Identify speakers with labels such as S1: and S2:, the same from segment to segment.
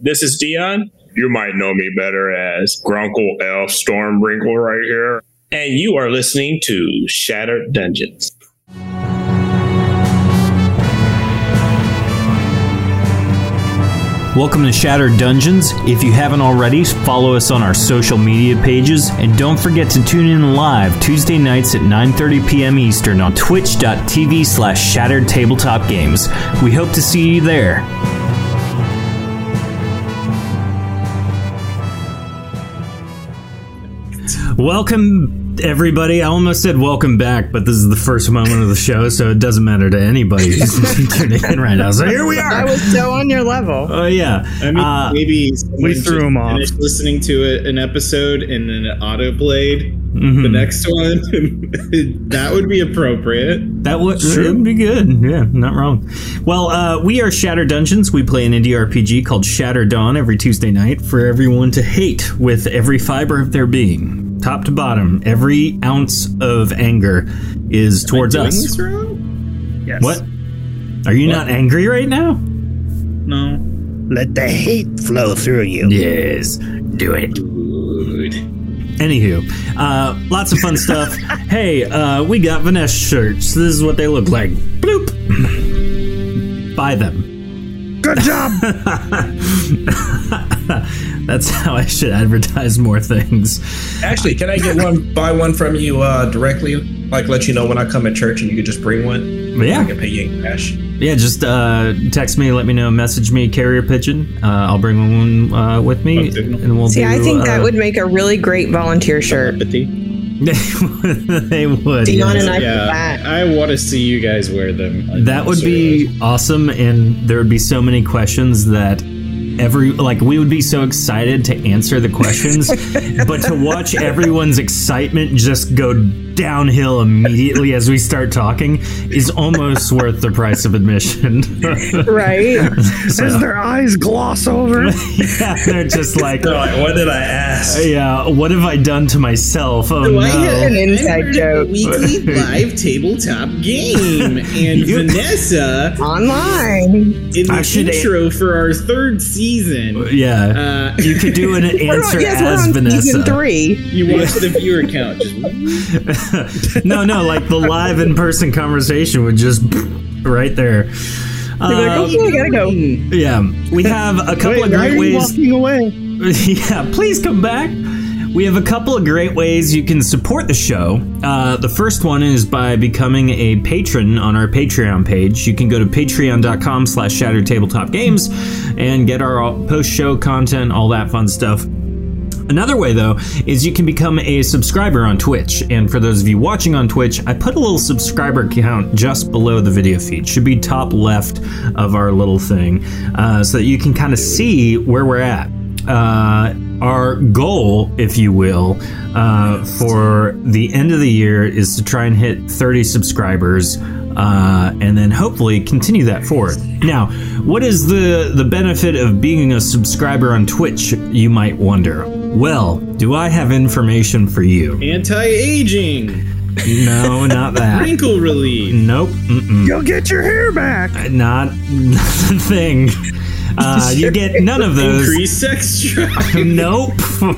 S1: This is Dion. You might know me better as Grunkle Elf Stormbrinkle right here. And you are listening to Shattered Dungeons.
S2: Welcome to Shattered Dungeons. If you haven't already, follow us on our social media pages and don't forget to tune in live Tuesday nights at 9:30 p.m. Eastern on twitch.tv slash shattered tabletop games. We hope to see you there. Welcome everybody. I almost said welcome back, but this is the first moment of the show, so it doesn't matter to anybody who's tuning in right now. So here we
S3: I
S2: are.
S3: was so on your level.
S2: Oh yeah.
S4: I mean,
S2: Uh,
S4: maybe someone
S5: we
S4: just
S5: threw 'em off.
S4: Finished listening to it, an episode and an auto played the
S5: Hmm.
S2: mhm.
S4: next one. that would be appropriate.
S2: That would it'd be good. Yeah, not wrong. Well, uh, we are Shatter Dungeons. We play an indie RPG called Shatter Dawn every Tuesday night for everyone to hate with every fiber of their being, top to bottom. Every ounce of anger is towards
S4: Doing
S2: us.
S4: this wrong?
S5: Yes.
S2: What? Are you not angry right now?
S4: No.
S5: Let the hate flow through you.
S2: Yes, do it.
S4: Good.
S2: Anywho, uh, lots of fun stuff. hey, uh, we got Vanessa shirts. This is what they look like. Bloop. Buy them.
S5: Good job.
S2: That's how I should advertise more things.
S6: Actually, can I get one? buy one from you uh, directly? Like, let you know when I come at church, and you could just bring one.
S2: But
S6: I
S2: yeah,
S6: can pay you in cash.
S2: yeah. Just uh, text me, let me know, message me, carrier pigeon. Uh, I'll bring one uh, with me,
S4: Okay.
S2: and we'll
S3: See,
S2: do,
S3: I think
S2: uh,
S3: that would make a really great volunteer shirt.
S4: Empathy.
S2: they would.
S3: Dion
S2: yes.
S3: and I
S4: Yeah,
S3: back.
S4: I, want to see you guys wear them.
S2: That would be awesome, and there would be so many questions that every like we would be so excited to answer the questions, but to watch everyone's excitement just go downhill immediately as we start talking is almost worth the price of admission.
S3: Right?
S5: As their eyes gloss over.
S2: yeah, they're just like,
S6: They're like, what did I ask?
S2: yeah, what have I done to myself? Oh
S4: Do
S2: no.
S4: I get
S3: An inside joke.
S4: weekly live tabletop game, and
S2: You-
S4: Vanessa
S3: Online.
S4: in the
S2: I should-
S4: intro for our third season.
S2: yeah.
S4: Uh,
S2: You could do an
S3: We're
S2: answer
S3: on, yes,
S2: as
S3: we're on
S2: Vanessa.
S3: season three.
S4: you watch the viewer count. Just
S2: no, no, like the live in person conversation would just right there.
S3: You're like,
S2: Uh,
S3: okay, I gotta go.
S2: yeah, we have a couple
S5: "Oh." Wait,
S2: of
S5: why are
S2: great
S5: you
S2: ways.
S5: walking away?
S2: yeah, please come back. We have a couple of great ways you can support the show. Uh, the first one is by becoming a patron on our Patreon page. You can go to patreon.com slash shattered tabletop games and get our post-show content, all that fun stuff. Another way, though, is you can become a subscriber on Twitch. And for those of you watching on Twitch, I put a little subscriber count just below the video feed. Should be top left of our little thing, uh, so that you can kind of see where we're at. Uh, our goal, if you will, uh, for the end of the year is to try and hit 30 subscribers uh, and then hopefully continue that forward. Now, what is the the benefit of being a subscriber on Twitch? You might wonder. Well, do I have information for you?
S4: anti-aging,
S2: No, not that.
S4: wrinkle relief.
S2: Nope. Mm-mm.
S5: You'll get your hair back.
S2: Not, not the thing. Uh, you get none of those.
S4: Increase sex drive.
S2: nope.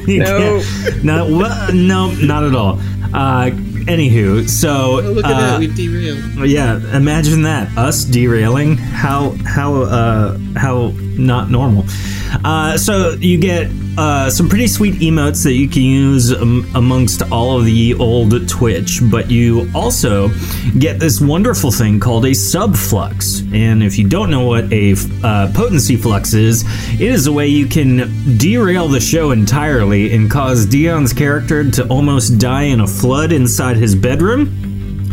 S2: You
S3: Nope.
S2: can't- Not what? Nope. Not at all. Uh, anywho, so
S4: Look at
S2: uh,
S4: that, we've derailed.
S2: yeah, imagine that us derailing. How how uh how not normal. Uh, so you get uh, some pretty sweet emotes that you can use um, amongst all of the old Twitch, but you also get this wonderful thing called a subflux. And if you don't know what a uh, potency flux is, it is a way you can derail the show entirely and cause Dion's character to almost die in a flood inside his bedroom.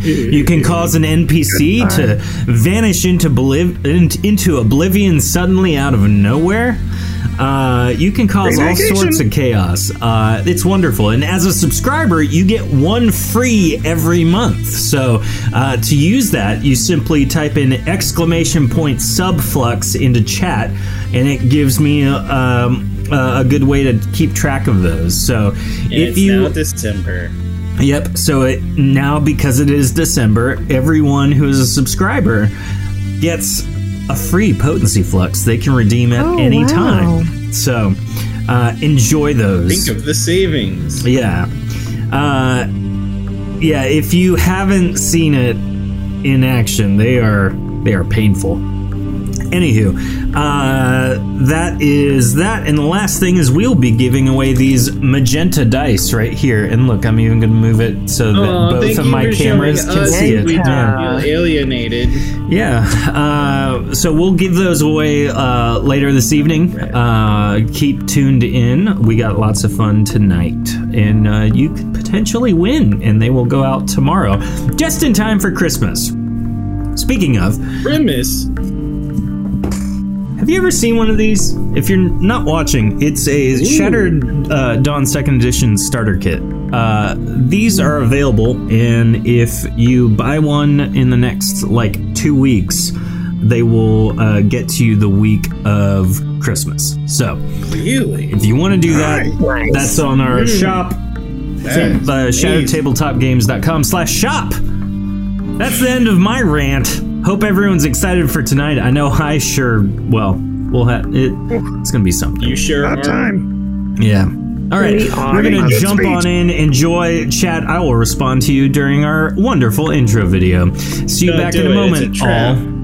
S2: You can cause an NPC to vanish into beliv- in- into oblivion suddenly out of nowhere. Uh, you can cause all
S5: vacation.
S2: sorts of chaos. Uh, it's wonderful, and as a subscriber, you get one free every month. So uh, to use that, you simply type in exclamation point subflux into chat, and it gives me a, um, a a good way to keep track of those. So if
S4: it's
S2: you
S4: now December.
S2: Yep. So it now because it is December, everyone who is a subscriber gets a free potency flux they can redeem at
S3: Oh,
S2: any
S3: wow.
S2: time. So uh, enjoy those.
S4: Think of the savings.
S2: Yeah. Uh, yeah, if you haven't seen it in action, they are they are painful. Anywho, uh, that is that, and the last thing is we'll be giving away these magenta dice right here. And look, I'm even going to move it so that
S4: Aw, Oh, thank
S2: both of
S4: you
S2: my
S4: for
S2: cameras
S4: showing
S2: can
S4: us
S2: see
S4: that
S2: it.
S4: We
S2: Yeah.
S4: don't feel alienated.
S2: Yeah. Uh, so we'll give those away uh, later this evening. Uh, keep tuned in. We got lots of fun tonight. And uh, you could potentially win, and they will go out tomorrow, just in time for Christmas. Speaking of,
S4: Premise.
S2: have you ever seen one of these? If you're not watching, it's a Shattered uh, Dawn Second Edition starter kit. Uh, these are available, and if you buy one in the next like two weeks, they will uh, get to you the week of Christmas. So
S4: Really?
S2: if you want to do that,
S3: Nice.
S2: that's on our shop,
S4: That's
S2: uh, shadowtabletopgames.com slash shop. That's the end of my rant. Hope everyone's excited for tonight. I know I sure, well, we'll have, it, it's going to be something.
S4: You sure
S5: About
S4: are.
S5: time.
S2: Yeah. All right,
S3: We
S2: we're
S3: are
S2: gonna
S5: out of
S2: jump
S5: speech.
S2: on in, enjoy, chat. I will respond to you during our wonderful intro video. See you
S4: Don't
S2: back
S4: do
S2: in a
S4: it, it's
S2: moment.
S4: a trap.
S2: all.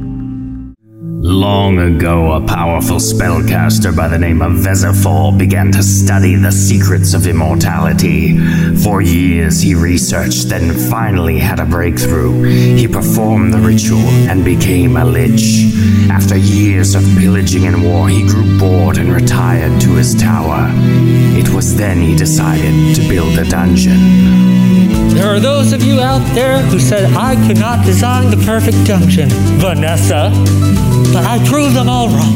S7: Long ago, a powerful spellcaster by the name of Vezifor began to study the secrets of immortality. For years, he researched, then finally had a breakthrough. He performed the ritual and became a lich. After years of pillaging and war, he grew bored and retired to his tower. It was then he decided to build a dungeon.
S8: There are those of you out there who said I could not design the perfect dungeon, Vanessa. But I proved them all wrong.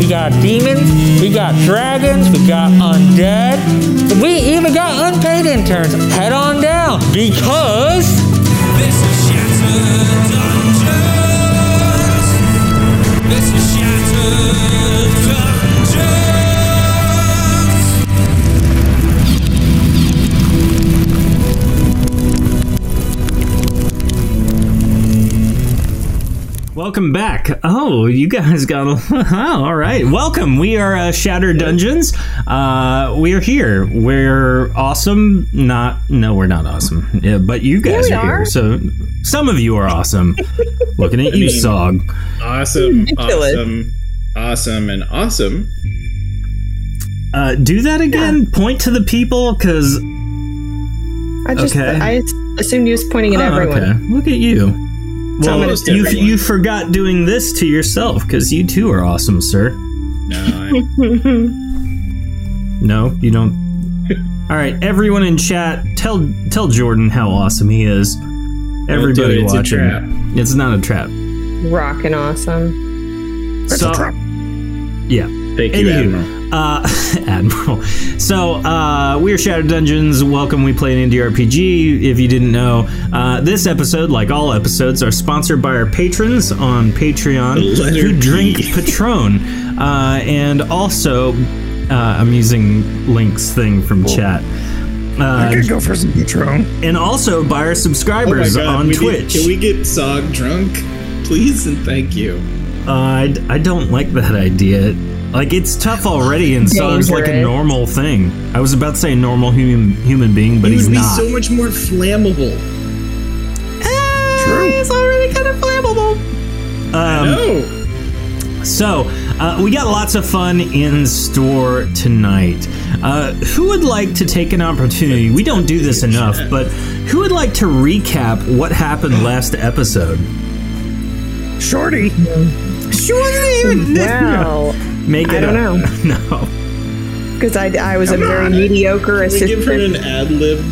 S8: We got demons, we got dragons, we got undead, we even got unpaid interns. Head on down because.
S9: This is Shattered Dungeons. This is Shattered Dungeons.
S2: Welcome back. Oh, you guys got a. all right. Welcome. We are uh, Shattered Dungeons. Uh, we are here. We're awesome. Not. No, we're not awesome. Yeah, but you guys
S3: we
S2: are, here.
S3: are.
S2: So some of you are awesome. Looking at you,
S4: mean-
S2: Sog.
S4: Awesome.
S3: Ridiculous.
S4: Awesome. Awesome and awesome.
S2: Uh, do that again. Point to the people, because
S3: I just
S2: Okay.
S3: I assumed he was pointing at
S2: Oh,
S3: everyone.
S2: Okay. Look at you. Well,
S4: almost
S2: you,
S4: everyone.
S2: you forgot doing this to yourself because you too are awesome, sir.
S4: No, I'm
S2: No, you don't. All right, everyone in chat, tell tell Jordan how awesome he is. Everybody
S4: it, it's a
S2: watching,
S4: trap.
S2: it's not a trap.
S3: Rockin' awesome.
S5: That's
S2: So-
S5: a trap.
S2: Yeah.
S4: thank you,
S2: Anywho.
S4: Admiral.
S2: Uh, Admiral. So, uh, we're Shadow Dungeons. Welcome. We play an indie RPG. If you didn't know, uh, this episode, like all episodes, are sponsored by our patrons on Patreon
S4: The letter
S2: who drink
S4: P.
S2: Patron. Uh, and also, uh, I'm using Link's thing from chat.
S5: I
S2: Uh,
S5: could go for some Patron.
S2: and also by our
S4: Oh my
S2: subscribers
S4: God,
S2: on
S4: we need-
S2: Twitch.
S4: can we get Sog drunk? Please and thank you.
S2: Uh, I, I don't like that idea. Like it's tough already, and Sog's like a
S3: Dangerous.
S2: normal thing. I was about to say normal human human being, but
S4: he
S2: he's
S4: would be
S2: not.
S4: so much more flammable.
S5: True.
S2: He's already kind of flammable. Um,
S4: Oh,
S2: so uh, we got lots of fun in store tonight. Uh, who would like to take an opportunity? We don't do this enough, but who would like to recap what happened last episode?
S5: Shorty.
S3: Wow.
S2: Make it
S3: I don't
S2: up. no.
S3: Because I, I was a very mediocre
S4: can we give her
S3: assistant.
S4: an ad lib?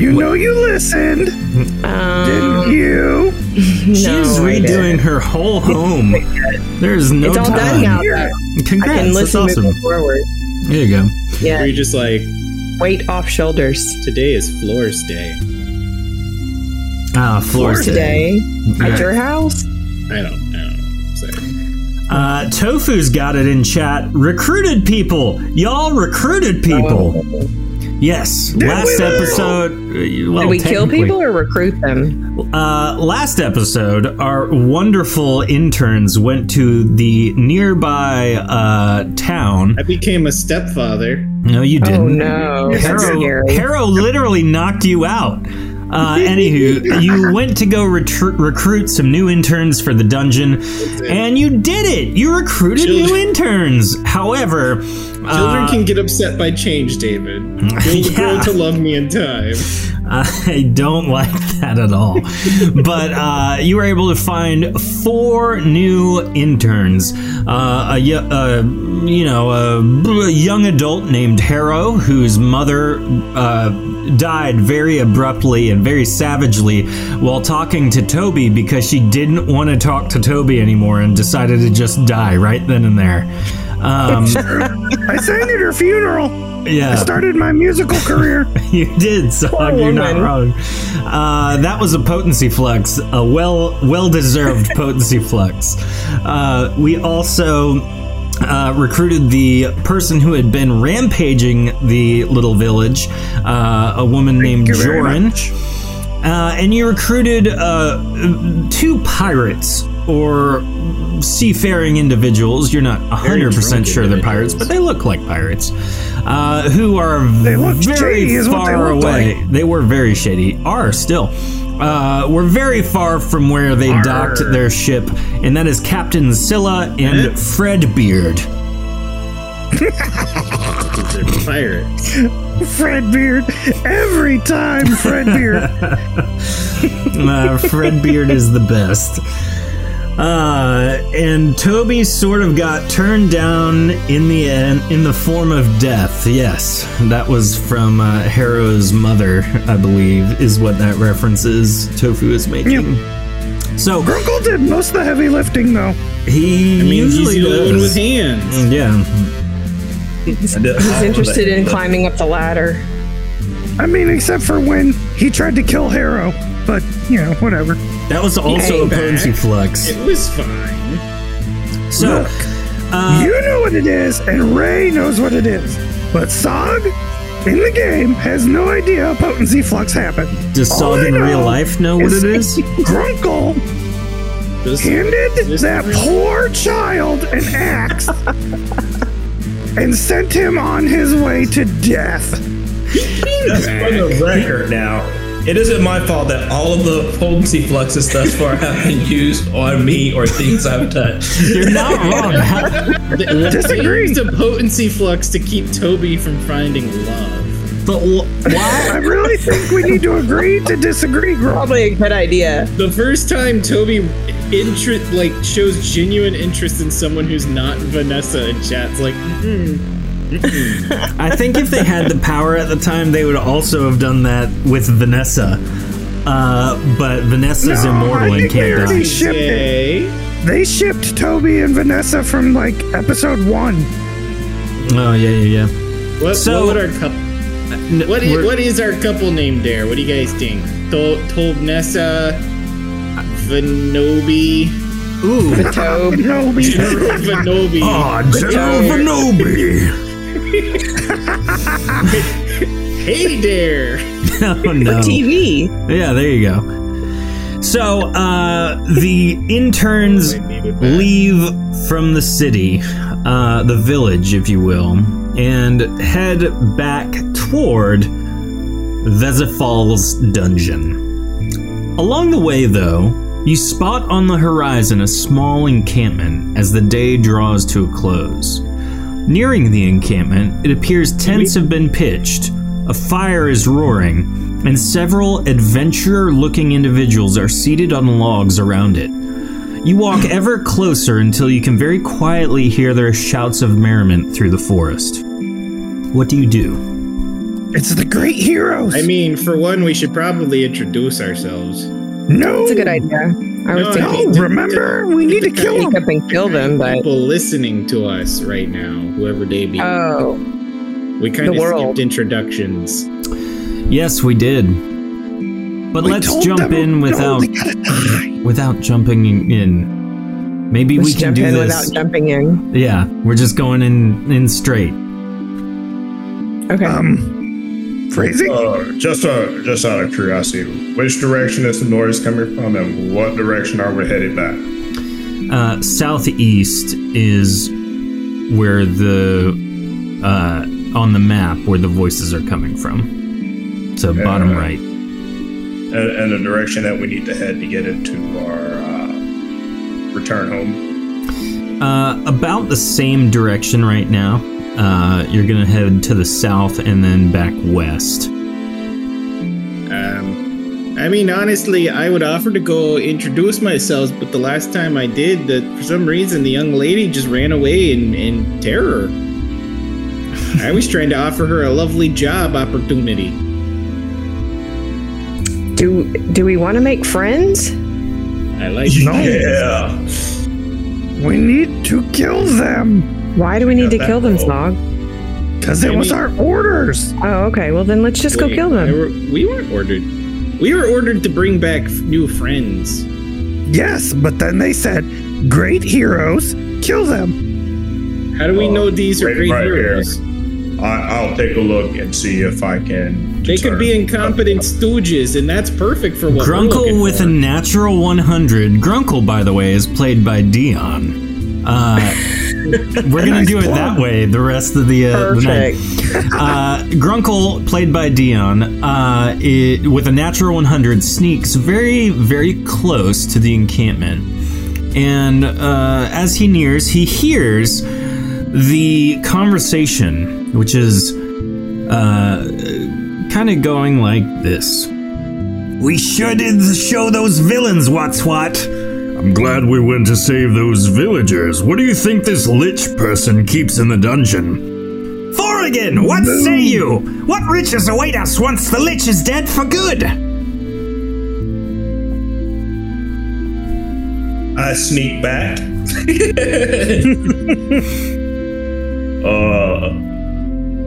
S5: You know you listened, didn't
S3: Um,
S5: you?
S2: She's
S3: No, I
S2: redoing her whole home. There's no
S3: it's all
S2: time.
S3: done now.
S5: Yeah.
S3: though. I
S2: Congrats,
S3: can
S2: that's
S3: listen
S2: awesome.
S3: moving forward.
S2: There you go.
S4: Where
S3: Yeah.
S4: you're just like,
S3: Weight off shoulders
S4: today is Floor's day.
S2: Ah, floor
S3: today at your house.
S4: I don't, I don't know. what to say.
S2: Uh, Tofu's got it in chat. Recruited people, y'all recruited people. Yes.
S3: Did
S2: last
S3: we-
S2: episode. uh,
S5: Oh,
S2: Well,
S3: Did we kill
S2: technically-
S3: people or recruit them?
S2: Uh, last episode, our wonderful interns went to the nearby uh, town.
S4: I became a stepfather.
S2: No, you didn't.
S3: Oh, no. That's
S2: Harrow,
S3: scary.
S2: Harrow literally knocked you out. Uh, anywho, you went to go retru- recruit some new interns for the dungeon, and you did it. You recruited new
S4: Children-
S2: interns. However,
S4: Children
S2: uh,
S4: can get upset by change, David. You'll grow
S2: Yeah.
S4: to love me in time.
S2: I don't like that at all. but uh, you were able to find four new interns. Uh, a, yo- uh, you know, a, b- a young adult named Harrow, whose mother uh, died very abruptly and very savagely while talking to Toby because she didn't want to talk to Toby anymore and decided to just die right then and there. Um,
S5: I sang at her funeral. I
S2: yeah.
S5: started my musical career.
S2: you did, so you're not
S3: woman.
S2: wrong. Uh, that was a potency flux, a well well deserved potency flux. Uh, we also uh, recruited the person who had been rampaging the little village, uh, a woman named
S5: you very
S2: Joran. Uh, and you recruited uh, two pirates or seafaring individuals. You're not 100% sure they're pirates, but they look like pirates. Uh, who are
S5: They looked
S2: very
S5: shady is what they
S2: far
S5: looked
S2: away. They were very shady. Are still. Uh, were very far from where they docked their ship, and that is Captain Scylla and
S5: Eh?
S2: Fredbeard.
S4: They're pirates.
S5: Fredbeard. Every time, Fredbeard.
S2: uh, Fred Beard is the best. Uh, and Toby sort of got turned down in the end in the form of death. Yes, that was from uh, Harrow's mother, I believe, is what that reference is. Tofu is making. So
S5: Grunkle did most of the heavy lifting, though.
S2: he
S4: I mean, he's
S2: usually
S4: the only one with
S2: does.
S4: hands.
S2: Yeah,
S3: He's interested in climbing up the ladder.
S5: I mean, except for when he tried to kill Harrow. But, you know, whatever.
S2: that was also
S3: came
S2: a
S3: back.
S2: potency flux.
S4: It was fine.
S2: So. uh,
S5: you know what it is, and Ray knows what it is. But Sog, in the game, has no idea how potency flux happened.
S2: Does
S5: All
S2: Sog
S5: I
S2: in real
S5: know
S2: life know what it is?
S5: Grunkle
S4: Those-
S5: handed
S4: Is this
S5: that
S4: the real-
S5: poor child an axe and sent him on his way to death.
S6: That's for the record now. It isn't my fault that all of the potency fluxes thus far have been used on me or things I've touched.
S2: You're not wrong.
S4: They- they
S5: Disagree.
S4: used a potency flux to keep Toby from finding love.
S2: But wh- why?
S5: I really think we need to agree to disagree, Grunkle.
S3: Probably a good idea.
S4: The first time Toby interest like shows genuine interest in someone who's not Vanessa in chat's like,
S2: I think if they had the power at the time, they would also have done that with Vanessa. Uh, but Vanessa's
S5: No,
S2: immortal
S5: I
S2: and
S5: think they
S2: can't
S5: already
S2: die.
S5: shipped it.
S4: yay.
S5: They shipped Toby and Vanessa from like episode one.
S2: Oh yeah, yeah, yeah.
S4: What,
S2: So-
S4: what would our couple?
S2: N-
S4: What is,
S2: we're-
S4: what is our couple name there? What do you guys think? Tol- Tolnessa, Venobi,
S2: Ooh.
S3: Tobe.
S5: Toby.
S4: Venobi.
S2: Ah,
S5: Ah,
S2: General Venobi.
S4: Hey there!
S2: Oh no.
S3: TV.
S2: Yeah, there you go. So uh, the interns leave from the city, uh, the village, if you will, and head back toward Vesifal's dungeon. Along the way, though, you spot on the horizon a small encampment as the day draws to a close. Nearing the encampment, it appears tents have been pitched, a fire is roaring, and several adventurer looking individuals are seated on logs around it. You walk ever closer until you can very quietly hear their shouts of merriment through the forest. What do you do?
S5: It's the great heroes.
S4: I mean, for one, we should probably introduce ourselves.
S5: no,
S3: That's a good idea. I was
S4: No,
S5: No,
S3: thinking
S5: remember we need to kill
S3: pick
S5: him.
S3: up and kill them, but
S4: People listening to us right now, whoever they be.
S3: oh,
S4: we kind
S3: the
S4: of
S3: world.
S4: skipped introductions.
S2: Yes, we did. But
S5: We
S2: let's
S5: told
S2: jump
S5: them,
S2: in
S5: no,
S2: without
S5: they gotta die.
S2: without jumping in. Maybe
S3: let's
S2: we can
S3: jump
S2: do
S3: in
S2: this.
S3: without jumping in.
S2: yeah, we're just going in in straight.
S3: Okay.
S5: Um, Phrasing?
S10: Uh, just uh, just out of curiosity, which direction is the noise coming from, and what direction are we headed back?
S2: Uh, southeast is where the uh, on the map where the voices are coming from. So bottom
S10: Yeah.
S2: right.
S10: And, and the direction that we need to head to get into our uh, return home.
S2: Uh, about the same direction right now. Uh, you're gonna head to the south and then back west.
S4: Um, I mean, honestly, I would offer to go introduce myself, but the last time I did, that for some reason the young lady just ran away in, in terror. I was trying to offer her a lovely job opportunity.
S3: Do do we want to make friends?
S4: I like
S6: Yeah.
S5: We need to kill them
S3: Why do we need to
S6: that
S3: kill them,
S6: role.
S3: Snog?
S5: because it was our orders.
S3: Oh, okay. Well, then let's just go
S4: Wait,
S3: kill
S4: I
S3: them.
S4: were- we weren't ordered. We were ordered to bring back f- new friends.
S5: Yes, but then they said, "Great heroes, kill them."
S4: How do we know these are
S10: right-
S4: great
S10: right here.
S4: heroes?
S10: I, I'll take a look and see if I can.
S4: They
S10: determine-
S4: could be incompetent stooges, and that's perfect for what we're
S2: Grunkle
S4: looking
S2: with
S4: for.
S2: a natural 100. Grunkle, by the way, is played by Dion. Uh, we're gonna do it that way the rest of the, uh, the night.
S3: Perfect.
S2: Uh, Grunkle, played by Dion, uh, it, with a natural 100, sneaks very, very close to the encampment. And uh, as he nears, he hears the conversation, which is uh, kind of going like this. We sure did show those villains what's what.
S11: I'm glad we went to save those villagers. What do you think this lich person keeps in the dungeon?
S2: Forrigan, what say you? What riches await us once the Lich is dead for good?
S10: I sneak back. uh,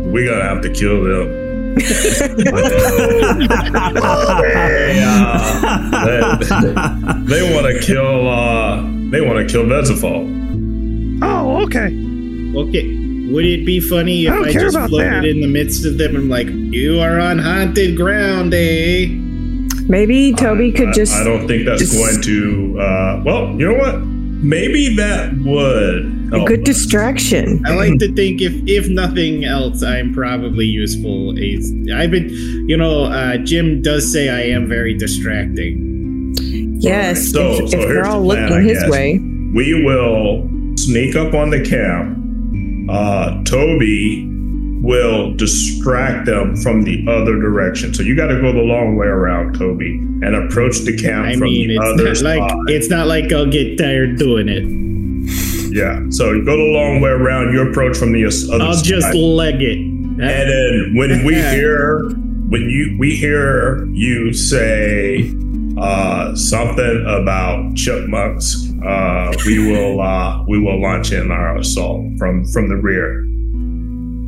S10: we gotta have to kill them. Yeah. they, want to kill. Uh, they want to kill Bezafol.
S5: Oh, okay.
S4: Okay. Would it be funny if
S5: I don't
S4: I,
S5: care
S4: just
S5: about
S4: floated
S5: that.
S4: in the midst of them and like, you are on haunted ground, eh?
S3: Maybe Toby could
S10: I,
S3: just.
S10: I don't think that's
S3: just-
S10: going to. Uh, well, you know what? Maybe that would.
S3: a
S10: help
S3: good
S10: us.
S3: distraction.
S4: I like to think if if nothing else, I'm probably useful. It's- I've been, you know, uh, Jim does say I am very distracting.
S3: Yes.
S10: So-
S3: if
S10: so
S3: if
S10: here's
S3: they're all
S10: the plan,
S3: looking
S10: I
S3: his
S10: guess.
S3: way,
S10: we will sneak up on the camp. Uh, Toby will distract them from the other direction. So you got to go the long way around, Toby, and approach the camp
S4: I
S10: from
S4: mean,
S10: the
S4: it's
S10: other
S4: not like
S10: side.
S4: it's not like I'll get tired doing it.
S10: Yeah. So you go the long way around. You approach from the as- other
S4: I'll
S10: side.
S4: just leg it.
S10: and then when we hear when you we hear you say uh, something about chipmunks, uh, we will uh, we will launch in our assault from from the rear.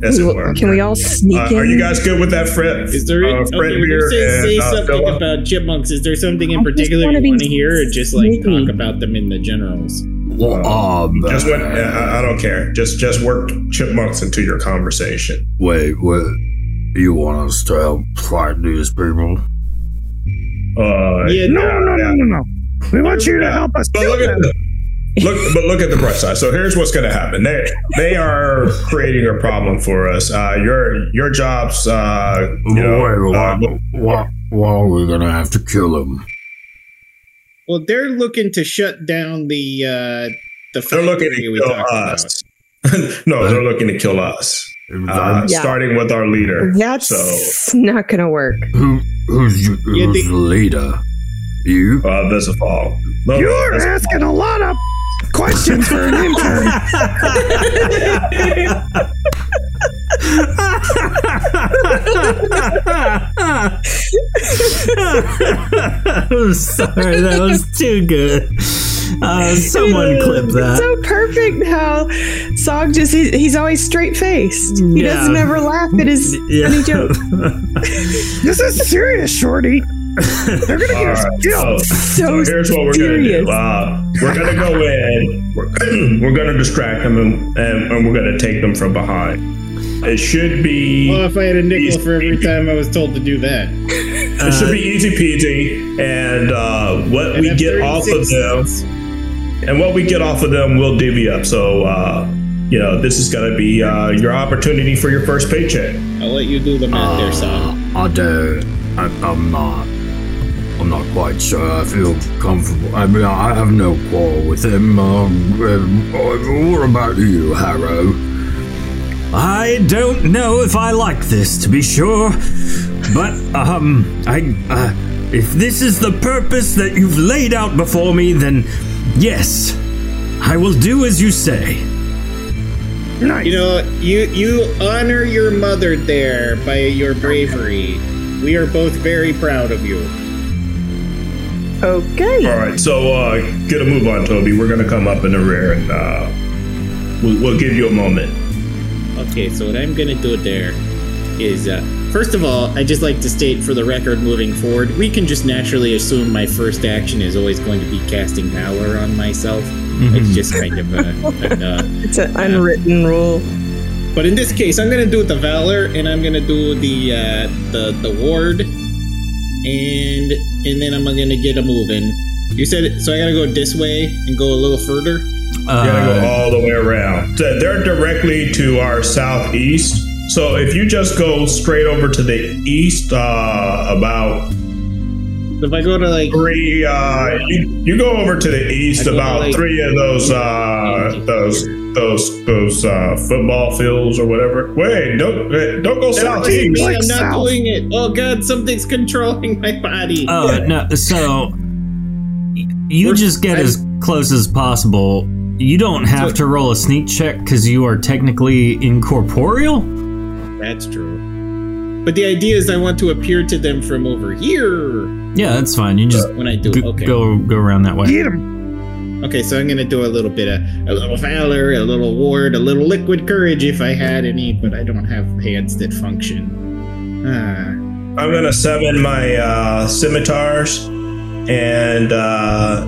S10: As
S3: we
S10: it
S3: will-
S10: were.
S3: can we all sneak
S10: Uh,
S3: in?
S10: are you guys good with that, Fred?
S4: Is there
S10: uh,
S4: okay,
S10: Fred
S4: when you
S10: Beer
S4: say,
S10: and,
S4: say
S10: uh,
S4: something
S10: Philip?
S4: about chipmunks? Is there something
S3: I
S4: in
S3: just
S4: particular
S3: wanna
S4: you
S3: be
S4: want to hear, or just like
S3: sneaky.
S4: talk about them in the generals?
S11: Um,
S10: Just what? uh, I, I don't care. Just just work chipmunks into your conversation.
S11: wait, what? You want us to help fight these people?
S10: Uh,
S4: Yeah,
S5: No, no, no, no, no. We want you to
S10: Yeah.
S5: help us
S10: But
S5: kill
S10: look at
S5: them.
S10: the look, but look at the bright side. So here's what's going to happen. They they are creating a problem for us. Uh, your your jobs. Uh, you know,
S11: wait,
S10: uh,
S11: why, why, why are we gonna have to kill them?
S4: Well, they're looking to shut down the uh, the.
S10: they're looking
S4: factory
S10: to
S4: we
S10: kill
S4: talked about.
S10: us. no, they're looking to kill us. Uh,
S3: Yeah.
S10: Starting with our leader.
S3: That's
S10: so
S3: not gonna work.
S11: Who, who's you-
S4: Yeah,
S11: who's
S4: they-
S11: the leader? You?
S10: uh, that's a fall. No,
S5: You're
S10: that's-
S5: asking a lot of questions for an intern.
S2: I'm sorry, that was too good. Uh, someone clip
S3: It's
S2: that.
S3: so perfect how Sog just he, he's always straight faced. He
S2: Yeah.
S3: doesn't ever laugh at his funny joke.
S5: This is serious, Shorty. They're gonna
S10: All
S5: get us
S10: right,
S5: killed.
S10: so-
S3: So
S10: So here's what we're
S3: serious.
S10: gonna do. Uh, we're gonna go in. We're, we're gonna distract them, and, and, and we're gonna take them from behind. It should be.
S4: Well, if I had a nickel for every time I was told to do that,
S10: it should be easy peasy. And uh, what
S4: And
S10: we
S4: at
S10: get off of
S4: 36
S10: them, and what we get off of them, will divvy up. So, uh, you know, this is going to be uh, your opportunity for your first paycheck.
S4: I'll let you do the math there, son.
S11: I do. I, I'm not. I'm not quite sure. I feel comfortable. I mean, I have no quarrel with him. Um, um, uh, what about you, Harrow?
S2: I don't know if I like this, to be sure, but um, I uh, if this is the purpose that you've laid out before me, then yes, I will do as you say.
S4: You know, you you honor your mother there by your bravery. We are both very proud of you.
S3: Okay.
S10: All right, so uh, get a move on, Toby. We're going to come up in the rear, and uh, we'll, we'll give you a moment.
S4: Okay, so what I'm gonna do there is, uh, first of all, I just like to state for the record, moving forward, we can just naturally assume my first action is always going to be casting power on myself.
S2: Hmm. Uh,
S4: It's just kind of a, an, uh,
S3: It's an unwritten rule.
S4: But in this case, I'm gonna do the valor, and I'm gonna do the uh, the the ward, and and then I'm gonna get a move in. You said it, so. I gotta go this way and go a little further.
S10: You're gonna go
S2: Uh,
S10: all the way around. So They're directly to our southeast. So if you just go straight over to the east, uh, about
S4: If I go to like
S10: three, uh, you, you go over to the east
S4: I go
S10: about
S4: to, like-
S10: three of those uh, those those those uh, football fields or whatever. Wait, don't eh, don't go
S4: That wasn't me,
S10: southeast.
S4: I'm not doing it. Oh god, something's controlling my body.
S2: Oh no! So y- you just get as close as possible. You don't have to roll a sneak check because you are technically incorporeal.
S4: That's true. But the idea is I want to appear to them from over here
S2: Yeah, that's fine. You just
S4: when I do.
S2: g-
S4: Uh, okay.
S2: go go around that way.
S4: Okay, so I'm gonna do a little bit of a little valor, a little ward, a little liquid courage if I had any, but I don't have hands that function. Ah,
S10: I'm gonna summon my uh, scimitars, and uh,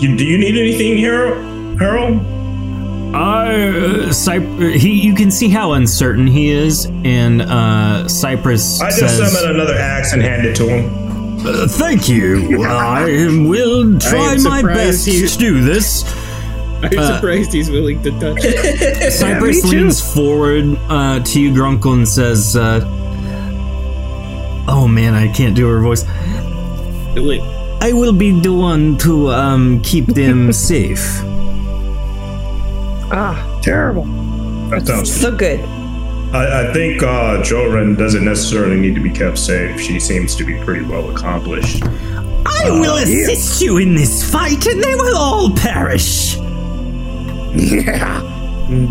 S10: you, do you need anything, Harold? Harold?
S2: Uh, Cyp- he, you can see how uncertain he is, and uh, Cyprus
S10: I just
S2: says,
S10: summoned another axe and handed it to him.
S2: "Uh, "Thank you. I am- will try my best
S4: surprised he-
S2: to do this."
S4: I'm
S2: Uh,
S4: surprised he's willing to touch. it.
S2: Cypress
S4: me too.
S2: leans forward uh, to you, Grunkle, and says, uh, "Oh man, I can't do her voice.
S4: Wait,
S2: I will be the one to um, keep them safe."
S3: Ah,
S5: Terrible.
S10: That sounds.
S3: so good.
S10: I, I think uh, Joran doesn't necessarily need to be kept safe. She seems to be pretty well accomplished.
S2: I will assist you in this fight, and they will all perish.
S5: Yeah.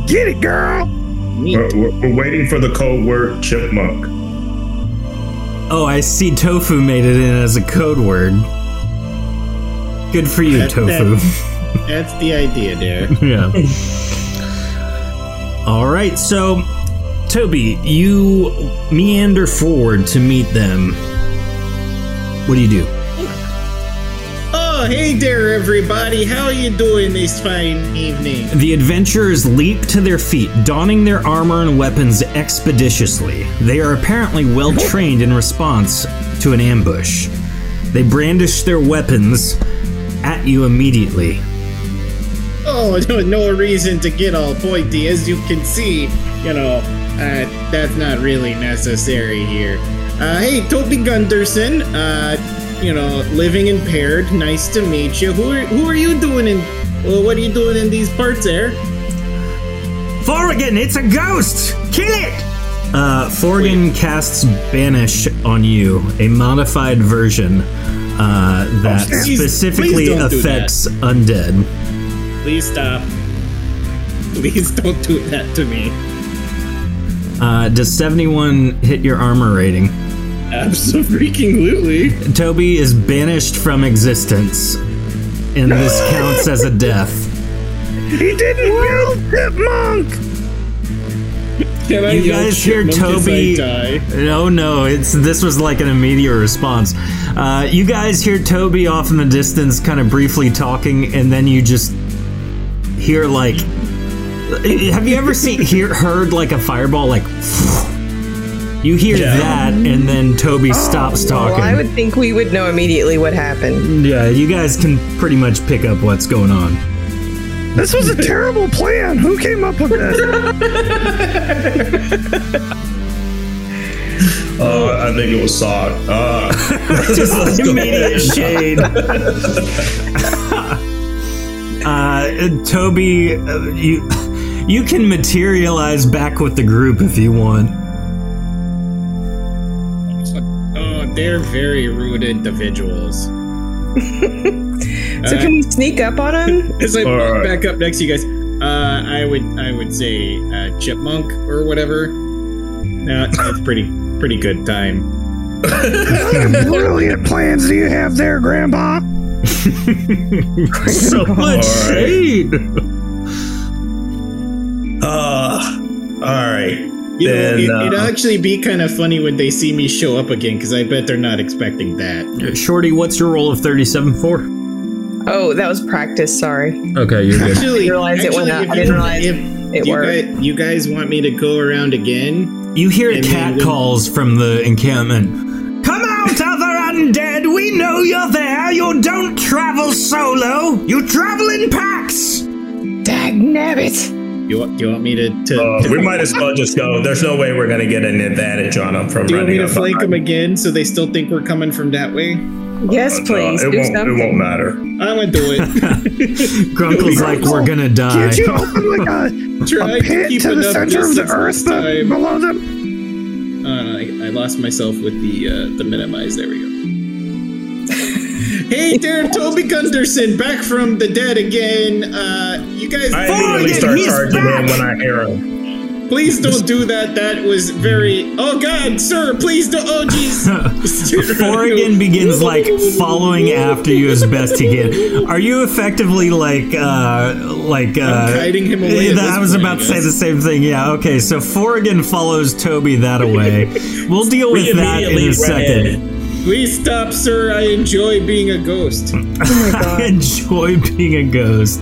S5: Get it, girl.
S10: We're, Uh, we're, we're waiting for the code word chipmunk.
S2: Oh, I see. Tofu made it in as a code word. Good for you,
S4: That-
S2: Tofu.
S4: that- that's the idea there.
S2: yeah. All right, so Toby, you meander forward to meet them. What do you do?
S4: Oh, hey there, everybody. How you doing this fine evening?
S2: The adventurers leap to their feet, donning their armor and weapons expeditiously. They are apparently well trained in response to an ambush. They brandish their weapons at you immediately.
S4: Oh, no, no reason to get all pointy. As you can see, you know, uh, that's not really necessary here. Uh, hey, Toby Gunderson, uh, you know, living impaired. Nice to meet you. Who are, who are you doing in? Well, what are you doing in these parts, there?
S2: Forrigan, it's a ghost! Kill it! Uh, Forgan casts Banish on you, a modified version uh, that
S4: Oh, please-
S2: specifically
S4: please don't do
S2: affects undead.
S4: Please stop. Please don't do that to me.
S2: Uh, does 71 hit your armor rating?
S4: Absolutely.
S2: Toby is banished from existence, and this counts as a death.
S5: He didn't kill Chipmunk.
S4: Can I
S2: You
S4: yell
S2: guys hear
S4: chipmunk as I
S2: Toby-
S4: die?
S2: No, no, it's this was like an immediate response. Uh, you guys hear Toby off in the distance, kind of briefly talking, and then you just hear like Have you ever seen hear, heard like a fireball like? You hear that, and then Toby stops
S3: Oh, Well,
S2: talking.
S3: I would think we would know immediately what happened.
S2: Yeah, you guys can pretty much pick up what's going on.
S5: This was a terrible plan. Who came up with this?
S10: Uh, I think it was Sog. Uh,
S2: Just
S10: let's go
S2: immediate
S10: ahead.
S2: shade. Uh, Toby, uh, you you can materialize back with the group if you want.
S4: Oh, they're very rude individuals.
S3: So
S4: Uh,
S3: can we sneak up on him?
S4: As I
S3: All
S4: walk
S3: right.
S4: back up next to you guys, uh, I would I would say uh, chipmunk or whatever.
S5: Hmm.
S4: No, that's pretty pretty good time.
S5: what brilliant plans do you have there, Grandpa?
S2: so much shade.
S10: Uh, all right.
S4: You know,
S10: Then,
S4: it,
S10: uh,
S4: it'd actually be kind of funny when they see me show up again because I bet they're not expecting that.
S2: Shorty, what's your roll of thirty-seven for?
S3: Oh, that was practice. Sorry.
S2: Okay, you're good.
S4: Actually,
S3: I didn't realize it went
S4: actually,
S3: up. I didn't
S4: if you-
S3: realize
S4: if
S3: it
S4: you
S3: worked.
S4: guys, you guys want me to go around again?
S2: You hear
S4: And then
S2: cat
S4: when-
S2: calls from the encampment.
S12: Come out, other undead! We know you're there! You don't travel solo! You travel in packs! Dag nabbit!
S4: You, want- you want me to? to,
S10: Uh,
S5: Oh,
S4: to
S10: we might as well just go. There's no way we're going to get an advantage on them from
S4: Do you want
S10: running
S4: me to
S10: up
S4: flank
S10: behind.
S4: them again so they still think we're coming from that way?
S3: Yes,
S10: Uh, it, won't, it won't matter.
S4: I'm gonna do it.
S2: Grunkle's like, we're gonna die.
S5: Can't you open like a,
S4: Try
S5: a
S4: to
S5: pit
S4: keep
S5: to the
S4: enough
S5: center of the
S4: distance
S5: earth
S4: this time.
S5: below them?
S4: Uh, I, I lost myself with the uh, the minimize. There we go. hey there, Toby Gunderson, back from the dead again. Uh, you guys,
S10: I immediately start charging him when I hear him.
S4: Please don't do that. That was very. Oh God, sir! Please don't. Oh jeez.
S2: Forrigan begins like following after you as best he can. Are you effectively like uh like uh
S4: guiding him away
S2: yeah,
S4: at
S2: that-
S4: this
S2: I was
S4: point,
S2: about
S4: I
S2: to say
S4: guess.
S2: the same thing. Yeah, okay. So Forrigan follows Toby that away. We'll deal
S6: We
S2: with that in
S6: immediately
S2: a second.
S4: Please stop, sir. I enjoy being a ghost.
S2: I enjoy being a ghost.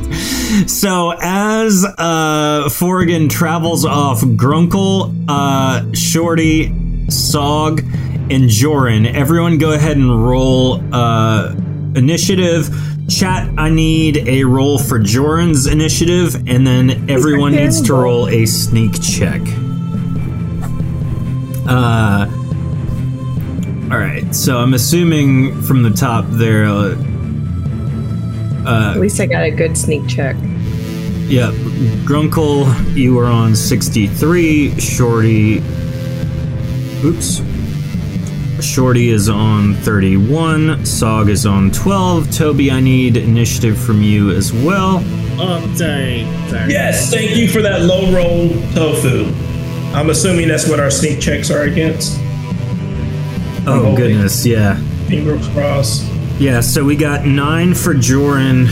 S2: So as uh Forrigan travels off, Grunkle, uh Shorty, Sog, and Joran, everyone go ahead and roll uh initiative. Chat, I need a roll for Joran's initiative, and then everyone needs to roll a sneak check. Uh all right, so I'm assuming from the top there, uh,
S3: At
S2: uh,
S3: least I got a good sneak check.
S2: yeah, Grunkle, you were on 63. Shorty, oops. Shorty is on 31. Sog is on 12. Toby, I need initiative from you as well.
S4: Oh, sorry, sorry.
S6: Yes, thank you for that low roll tofu.
S10: I'm assuming that's what our sneak checks are against.
S2: Oh, goodness, yeah.
S10: Fingers crossed.
S2: Yeah, so we got nine for Joran.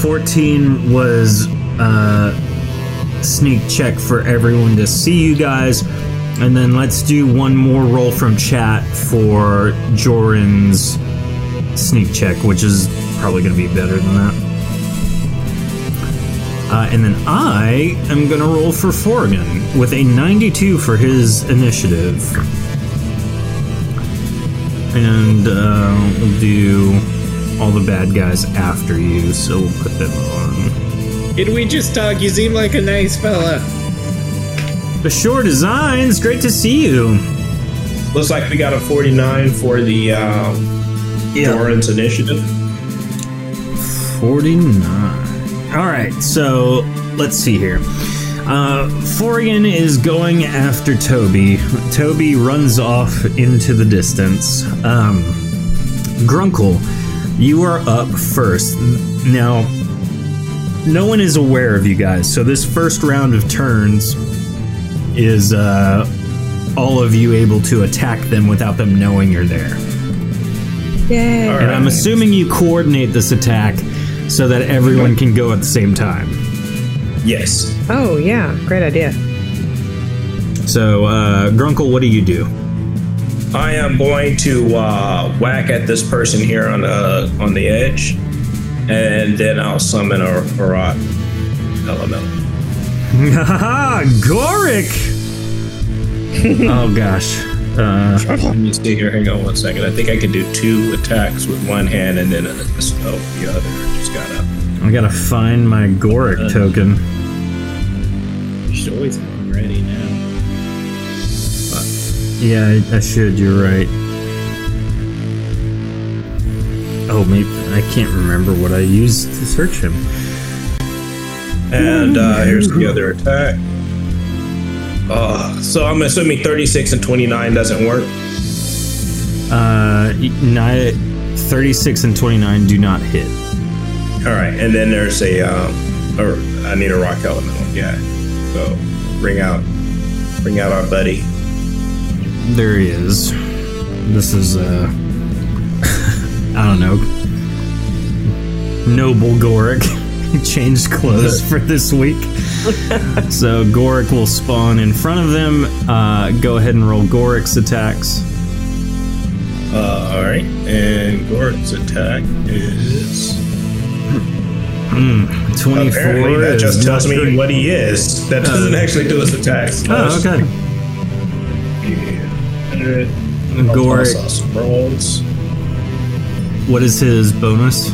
S2: Fourteen was uh, sneak check for everyone to see you guys, and then let's do one more roll from chat for Joran's sneak check, which is probably going to be better than that. Uh, and then I am going to roll for Forgan with a 92 for his initiative. And uh, we'll do all the bad guys after you, so we'll put them on.
S4: Did we just talk? You seem like a nice fella.
S2: The Shore Designs, great to see you.
S10: Looks like we got a 49 for the um, Doran's initiative.
S2: 49. All right, so let's see here. Uh, Forian is going after Toby. Toby runs off into the distance. Um, Grunkle, you are up first. Now, no one is aware of you guys, so this first round of turns is uh, all of you able to attack them without them knowing you're there.
S3: Yay.
S13: Uh,
S2: And I'm assuming you coordinate this attack so that everyone can go at the same time.
S10: Yes.
S3: Oh yeah, great idea.
S2: So, uh, Grunkle, what do you do?
S10: I am going to uh, whack at this person here on the on the edge, and then I'll summon a Rock elemental.
S2: Haha, Gorik! oh gosh. Uh,
S10: Let me see here. Hang on one second. I think I can do two attacks with one hand and then a, a spell with the other. Just gotta.
S2: I gotta find my Gorik token.
S4: You should Uh, always have them ready now.
S2: Uh, Yeah, I, I should. You're right. Oh, maybe I can't remember what I used to search him.
S10: And uh, here's the other attack. Uh, so I'm assuming 36 and 29 doesn't work.
S2: Uh, ni- 36 and 29 do not hit.
S10: All right, and then there's a, um, or I need a rock elemental. Yeah, so bring out, bring out our buddy.
S2: There he is. This is, uh, I don't know, Noble Gorik. Changed clothes for this week. so Gorik will spawn in front of them. Uh, go ahead and roll Gorik's attacks.
S10: Uh, all right, and Gort's attack is
S2: Mm, 24
S10: apparently that
S2: is
S10: just tells
S2: not
S10: me
S2: great.
S10: what he is. That doesn't
S2: Oh.
S10: actually do his attacks.
S2: Oh, okay. Gorik.
S10: rolls.
S2: What is his bonus?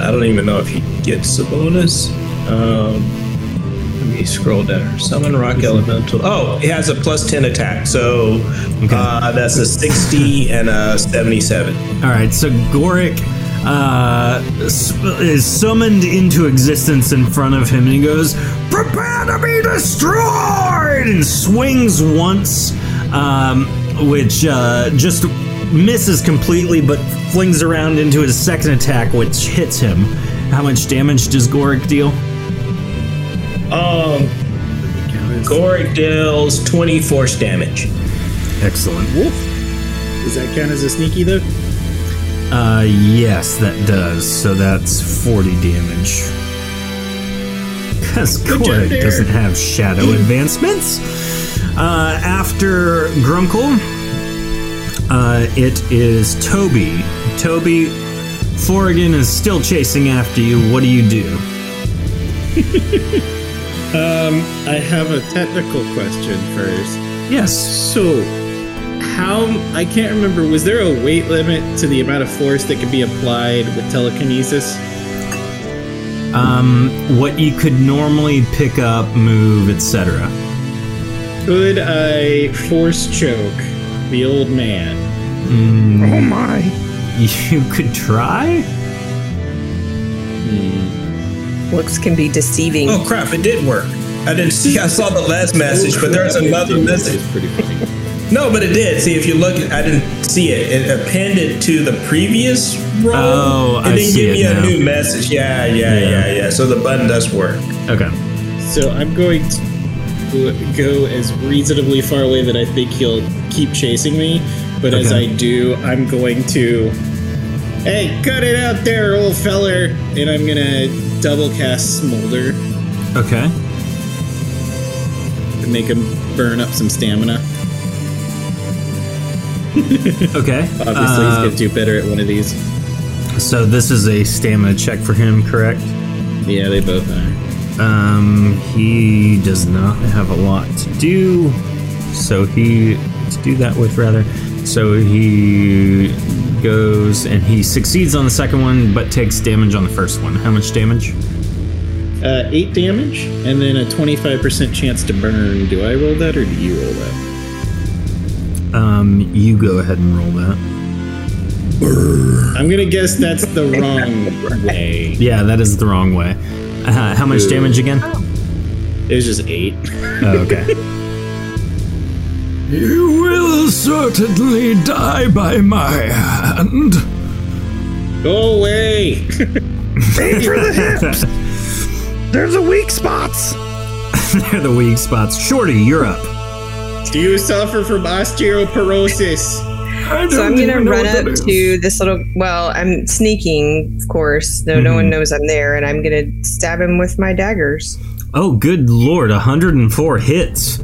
S10: I don't even know if he gets a bonus. Um, let me scroll down. Summon Rock Elemental. Oh, it has a plus 10 attack. So uh, that's a 60 and a 77.
S2: All right, so Gorik uh, sp- is summoned into existence in front of him, and he goes, "Prepare to be destroyed!" and swings once, um, which uh, just misses completely, but flings around into his second attack, which hits him. How much damage does Gorik deal?
S10: Um, Gorik deals 20 force damage.
S2: Excellent.
S4: Does that count as a sneaky though?
S2: Uh, yes, that does. So that's 40 damage. Because
S4: Good job
S2: Korik
S4: there.
S2: doesn't have shadow advancements. Uh, after Grunkle, uh, it is Toby. Toby, Forrigan is still chasing after you. What do you do?
S4: Um, I have a technical question first.
S2: Yes.
S4: So, how I can't remember. Was there a weight limit to the amount of force that could be applied with telekinesis?
S2: Um, what you could normally pick up, move, etc.
S4: Could I force choke the old man?
S2: Mm,
S14: Oh my.
S2: You could try?
S13: Looks can be deceiving.
S10: Oh, crap. It did work. I didn't see. I saw the last message, but there's another message. No, but it did. See, if you look, I didn't see it. It appended to the previous roll.
S2: Oh,
S10: and
S2: I
S10: then
S2: see
S10: give
S2: it
S10: me a
S2: now.
S10: new message. Yeah, yeah,
S2: Yeah.
S10: yeah, yeah, So the button does work.
S2: Okay.
S4: So I'm going to go as reasonably far away that I think he'll keep chasing me. But as I
S2: Okay.
S4: do, I'm going to. Hey, cut it out there, old feller! And I'm gonna double cast Smolder
S2: Okay.
S4: to make him burn up some stamina.
S2: Okay.
S4: Obviously,
S2: Uh,
S4: he's gonna do better at one of these.
S2: So this is a stamina check for him, correct?
S4: Yeah, they both are.
S2: Um, he does not have a lot to do, so he to do that with rather. So he goes and he succeeds on the second one, but takes damage on the first one. How much damage?
S4: Uh, eight damage, and then a 25% chance to burn. Do I roll that, or do you roll that?
S2: Um, you go ahead and roll that.
S4: I'm gonna guess that's the wrong way.
S2: Yeah, that is the wrong way. Uh, how much
S4: Ooh.
S2: damage again?
S4: It was just eight.
S2: Oh, okay.
S15: You will certainly die by my hand.
S4: Go away!
S14: Aim for the hips. There's a weak spots.
S2: They're the weak spots. Shorty, you're up.
S4: Do you suffer from osteoporosis?
S13: So I'm
S4: don't
S13: gonna
S4: even know
S13: run
S4: what
S13: up
S4: that is.
S13: to this little. Well, I'm sneaking, of course. No, no one
S2: Mhm.
S13: knows I'm there, and I'm gonna stab him with my daggers.
S2: Oh, good lord, 104 hits.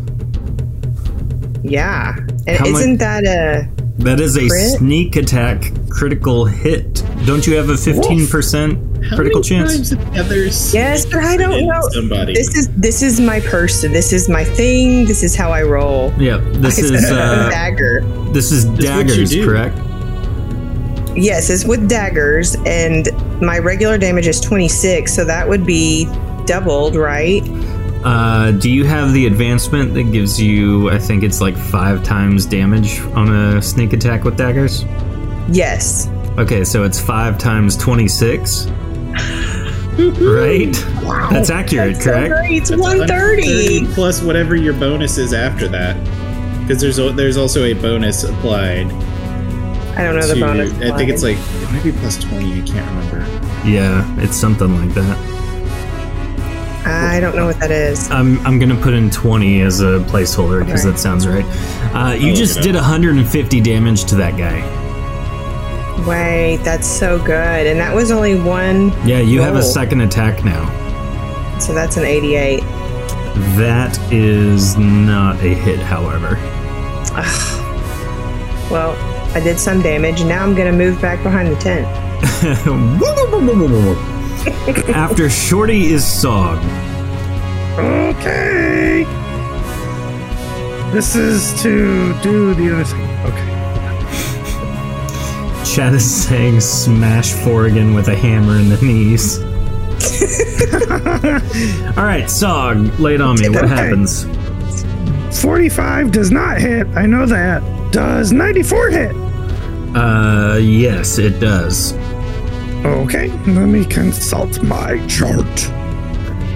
S13: Yeah, and
S2: How mu-
S13: isn't that a
S2: That is a
S13: Crit?
S2: sneak attack critical hit. Don't you have a 15%? critical
S4: many
S2: chance.
S4: times have others
S13: Yes, but I don't
S4: bitten
S13: know.
S4: somebody?
S13: This is this is my person. This is my thing. This is how I roll.
S2: Yeah, this
S13: I
S2: is
S13: said
S2: uh,
S13: dagger.
S2: this is
S13: you
S2: daggers,
S13: do.
S2: correct?
S13: Yes, it's with daggers, and my regular damage is twenty six, so that would be doubled, right?
S2: Uh, do you have the advancement that gives you? I think it's like five times damage on a sneak attack with daggers.
S13: Yes.
S2: Okay, so it's five times twenty-six. Right? That's accurate, correct?
S13: It's
S4: one thirty plus whatever your bonus is after that, because there's al- there's also a bonus applied.
S13: I don't know the
S4: to-
S13: bonus
S4: I think it's
S13: applied.
S4: like it might be plus twenty. I can't remember.
S2: Yeah, it's something like that.
S13: I don't know what that is.
S2: I'm, I'm gonna put in 20 as a placeholder because that sounds right. Uh, you
S13: I'll
S2: just
S13: look it
S2: did 150 damage to that guy.
S13: Wait, that's so good, and that was only one.
S2: Yeah, you have a
S13: roll.
S2: second attack now.
S13: So that's an eighty-eight.
S2: That is not a hit, however.
S13: Well, I did some damage. Now I'm gonna move back behind the tent.
S2: After Shorty is Sog.
S5: Okay. This is to do the other thing. Okay.
S2: Chad is saying smash Forrigan with a hammer in the knees. Alright, Sog, lay it on me. What
S5: Okay.
S2: happens?
S5: 45 does not hit. I know that. Does 94 hit?
S2: Uh, yes, it does.
S5: Okay. Let me consult my chart.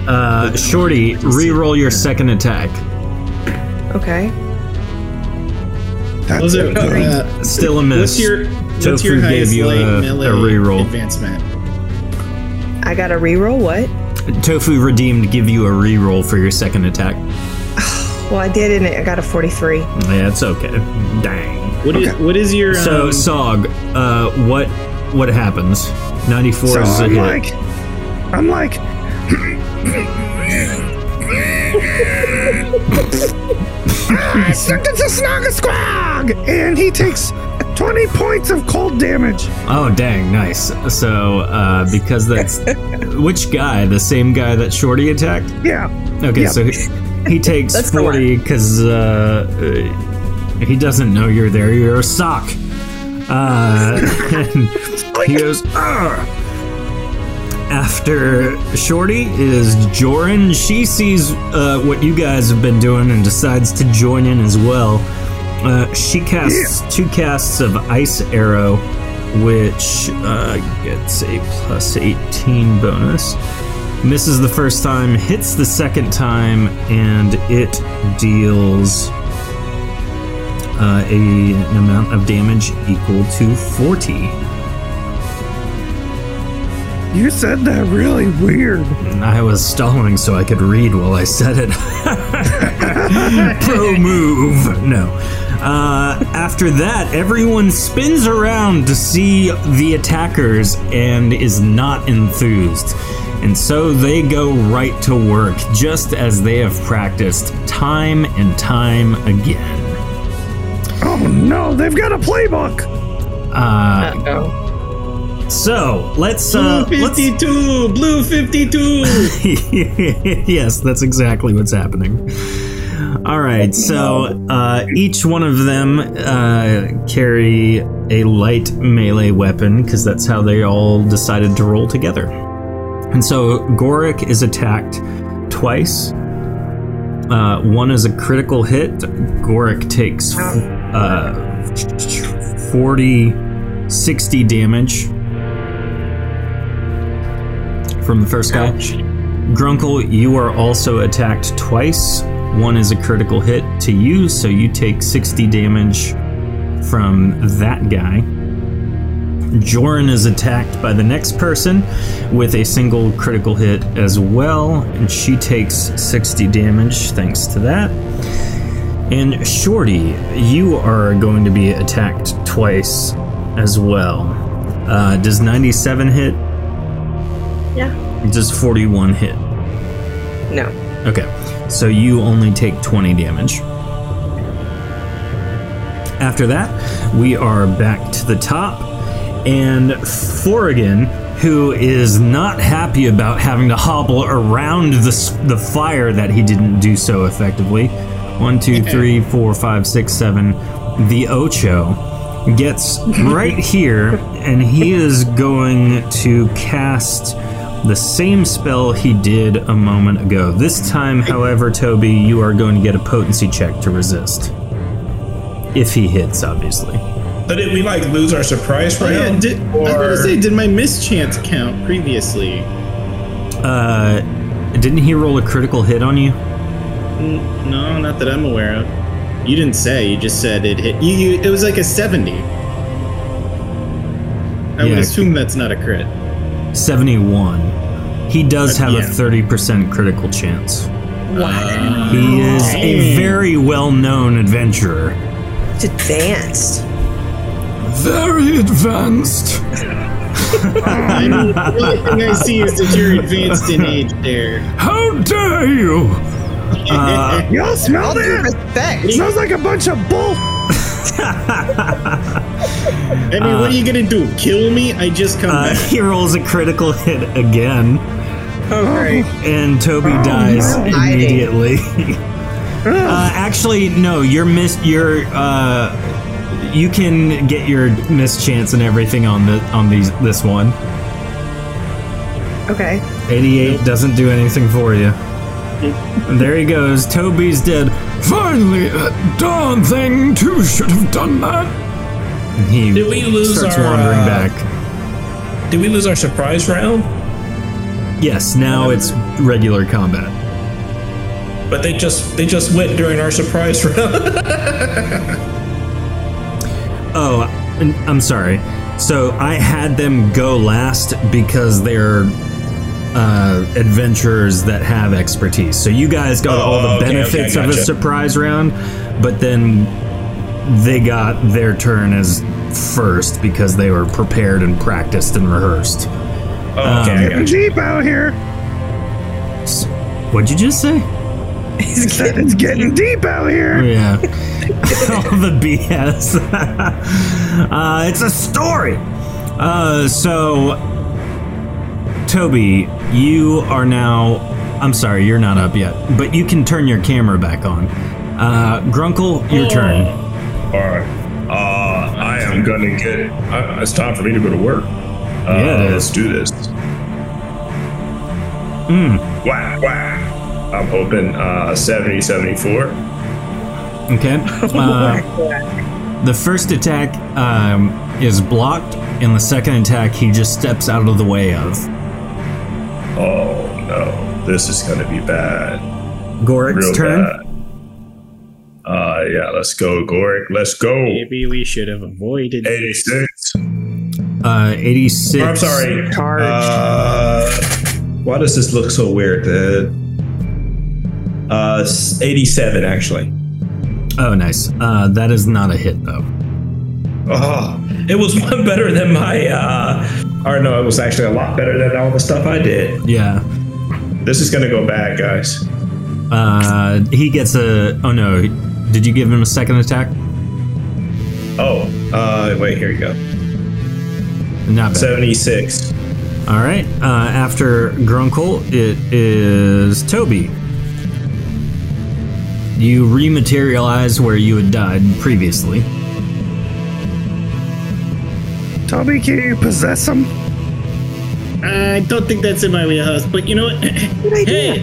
S2: Uh, Shorty, re-roll your second attack.
S13: Okay.
S5: That's
S4: Also,
S2: it.
S4: uh,
S2: Still a miss.
S4: What's your what's
S2: Tofu
S4: your
S2: gave
S4: highest
S2: you
S4: light
S2: a- a
S4: melee
S2: reroll.
S4: advancement?
S13: I got a reroll. What?
S2: Tofu redeemed give you a re-roll for your second attack.
S13: Well, I did, and I got a forty-three.
S2: Yeah, it's okay. Dang.
S4: What is what is your
S2: So
S4: um,
S2: Sog, uh, what what happens? Ninety four
S5: So
S2: is a
S5: I'm
S2: hit.
S5: like, I'm like, I sucked into Snoggasquag, and he takes 20 points of cold damage.
S2: oh dang, nice. So uh, because that's which guy? The same guy that Shorty attacked?
S5: Yeah.
S2: Okay,
S5: Yeah.
S2: so he, he takes
S5: That's the one.
S2: forty because uh, uh, he doesn't know you're there. You're a sock. Uh, and he goes. "Arr." After Shorty is Joran. She sees uh, what you guys have been doing and decides to join in as well. Uh, she casts two casts of Ice Arrow, which uh, gets a plus 18 bonus. Misses the first time, hits the second time, and it deals uh, a, an amount of damage equal to 40.
S5: You said that really weird.
S2: I was stalling so I could read while I said it. Pro move. No. Uh, after that, everyone spins around to see the attackers and is not enthused. And so they go right to work, just as they have practiced time and time again.
S5: Oh no, they've got a playbook.
S2: Uh, So let's uh,
S4: blue
S2: let's
S4: 52, blue 52.
S2: yes, that's exactly what's happening. All right, so uh, each one of them uh, carry a light melee weapon because that's how they all decided to roll together. And so Gorik is attacked twice. Uh, one is a critical hit. Gorik takes f- uh, 40, 60 damage from the first guy. Grunkle, you are also attacked twice. One is a critical hit to you, so you take 60 damage from that guy. Joran is attacked by the next person with a single critical hit as well, and she takes 60 damage thanks to that. And Shorty, you are going to be attacked twice as well. Uh, does 97 hit?
S13: Yeah.
S2: Does 41 hit?
S13: No.
S2: Okay, so you only take 20 damage. After that, we are back to the top, and Forrigan who is not happy about having to hobble around the, s- the fire that he didn't do so effectively. One, two, three, four, five, six, seven. The Ocho gets right here, and he is going to cast the same spell he did a moment ago. This time, however, Toby, you are going to get a potency check to resist. If he hits, obviously.
S6: But did we like lose our surprise round?
S4: yeah, did, I was gonna say, did my mischance count previously?
S2: Uh, didn't he roll a critical hit on you?
S4: N- No, not that I'm aware of. You didn't say. You just said it hit. You, you it was like a seventy. I would
S2: Yeah.
S4: assume that's not a crit.
S2: 71. He does
S4: Uh,
S2: have a
S4: yeah.
S2: 30% critical chance. Wow. He is a very well known adventurer.
S13: It's advanced.
S16: Very advanced.
S4: I mean, the only thing I see is that you're advanced in age there.
S16: How dare you?
S2: Uh,
S5: Y'all smell that? It smells like a bunch of bull.
S4: I mean, what are you gonna do? Kill me? I just come
S2: Uh,
S4: back.
S2: he rolls a critical hit again.
S4: Okay.
S2: And Toby
S6: Oh,
S2: dies
S4: no.
S2: immediately. uh, actually, no, your miss your uh you can get your mischance and everything on the on these this one.
S13: Okay.
S2: 88 doesn't do anything for you. And there he goes. Toby's dead.
S16: Finally, that darn thing too should have done that.
S2: And He
S6: Did we lose
S2: starts
S6: our,
S2: wandering
S6: uh,
S2: back.
S6: Did we lose our surprise round?
S2: Yes, now it's regular combat.
S6: But they just they just went during our surprise round.
S2: Oh, and- I'm sorry. So I had them go last because they're uh, adventurers that have expertise. So you guys got
S6: Oh,
S2: all the
S6: okay, okay,
S2: benefits of a
S6: gotcha.
S2: surprise round, but then they got their turn as first because they were prepared and practiced and rehearsed. Um,
S5: Getting deep out here.
S2: S- What'd you just say?
S5: It's getting, it's getting deep out here.
S2: Yeah. All the BS. uh, it's a story. Uh, so, Toby, you are now. I'm sorry, you're not up yet, but you can turn your camera back on. Uh, Grunkle, your turn.
S10: All right. Uh, I am gonna get. I, it's time for me to go to work. Uh,
S2: Yeah, it
S10: let's do this.
S2: Mm,
S10: Whack whack. I'm hoping uh, 70, 74.
S2: okay. Uh, the first attack um, is blocked, and the second attack he just steps out of the way of.
S10: Oh no, this is gonna be bad.
S2: Goric's turn.
S10: bad. Uh, yeah, let's go, Goric. Let's go.
S4: Maybe we should have avoided.
S10: 86.
S2: Uh, 86.
S6: I'm sorry. Uh, why does this look so weird? The uh, s- 87 actually.
S2: Oh, nice. Uh, that is not a hit, though.
S6: Oh, it was one better than my. Uh, or no, it was actually a lot better than all the stuff I did.
S2: Yeah.
S6: This is gonna go bad, guys.
S2: Uh, he gets a. Oh no! Did you give him a second attack?
S6: Oh, uh, wait, here you go.
S2: Not bad.
S6: 76.
S2: All right. Uh, after Grunkle, it is Toby. You rematerialize where you had died previously.
S5: Toby, can you possess him?
S4: I don't think that's in my wheelhouse, but you know what? hey,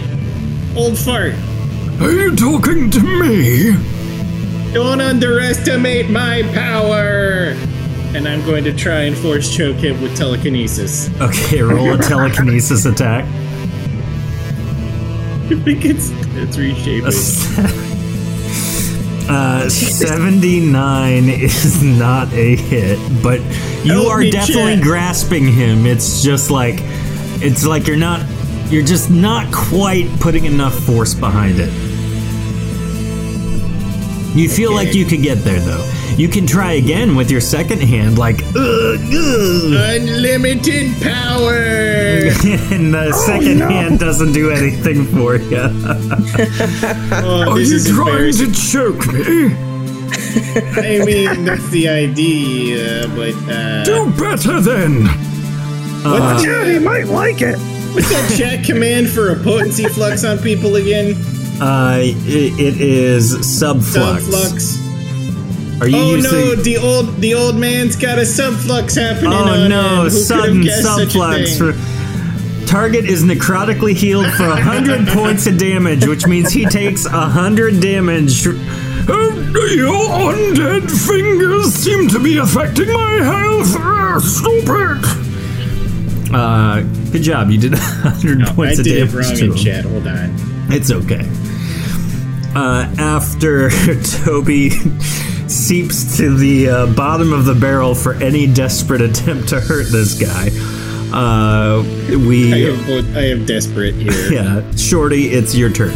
S4: old fart,
S16: Are you talking to me?
S4: don't underestimate my power. And I'm going to try and force choke him with telekinesis.
S2: Okay, roll a telekinesis attack.
S4: I think it's it's reshaping.
S2: Uh, 79 is not a hit, but you
S4: Help
S2: are
S4: me,
S2: definitely
S4: chat.
S2: grasping him. It's just like, it's like you're not, you're just not quite putting enough force behind it. You feel like you could get there though. You can try again with your second hand, like, "Ugh, ugh."
S4: Unlimited power.
S2: and the
S16: Oh,
S2: second hand doesn't do anything for you.
S4: Oh,
S16: Are
S4: this
S16: you
S4: is
S16: trying
S4: embarrassing.
S16: to choke me?
S4: I mean, that's the idea, but uh,
S16: Do better then.
S5: Watch out, he might like it.
S4: What's that chat command for a potency flux on people again?
S2: Uh, i it is subflux.
S4: Subflux.
S2: Are you
S4: oh
S2: using?
S4: no, the old the old man's got a subflux happening.
S2: oh
S4: on him.
S2: no,
S4: Who
S2: sudden
S4: could've guessed such a
S2: subflux.
S4: thing?
S2: For, target is necrotically healed for hundred points of damage, which means he takes hundred damage.
S16: Your undead fingers seem to be affecting my health. Ah, Stupid.
S2: Uh, good job. You did 100
S4: No,
S2: points
S4: I
S2: of
S4: did it
S2: damage
S4: wrong
S2: to
S4: in
S2: him.
S4: chat. Hold on.
S2: It's okay. Uh, after Toby seeps to the uh, bottom of the barrel for any desperate attempt to hurt this guy, uh,
S4: I
S2: we.
S4: am, both- I am desperate here.
S2: Yeah, Shorty, it's your turn.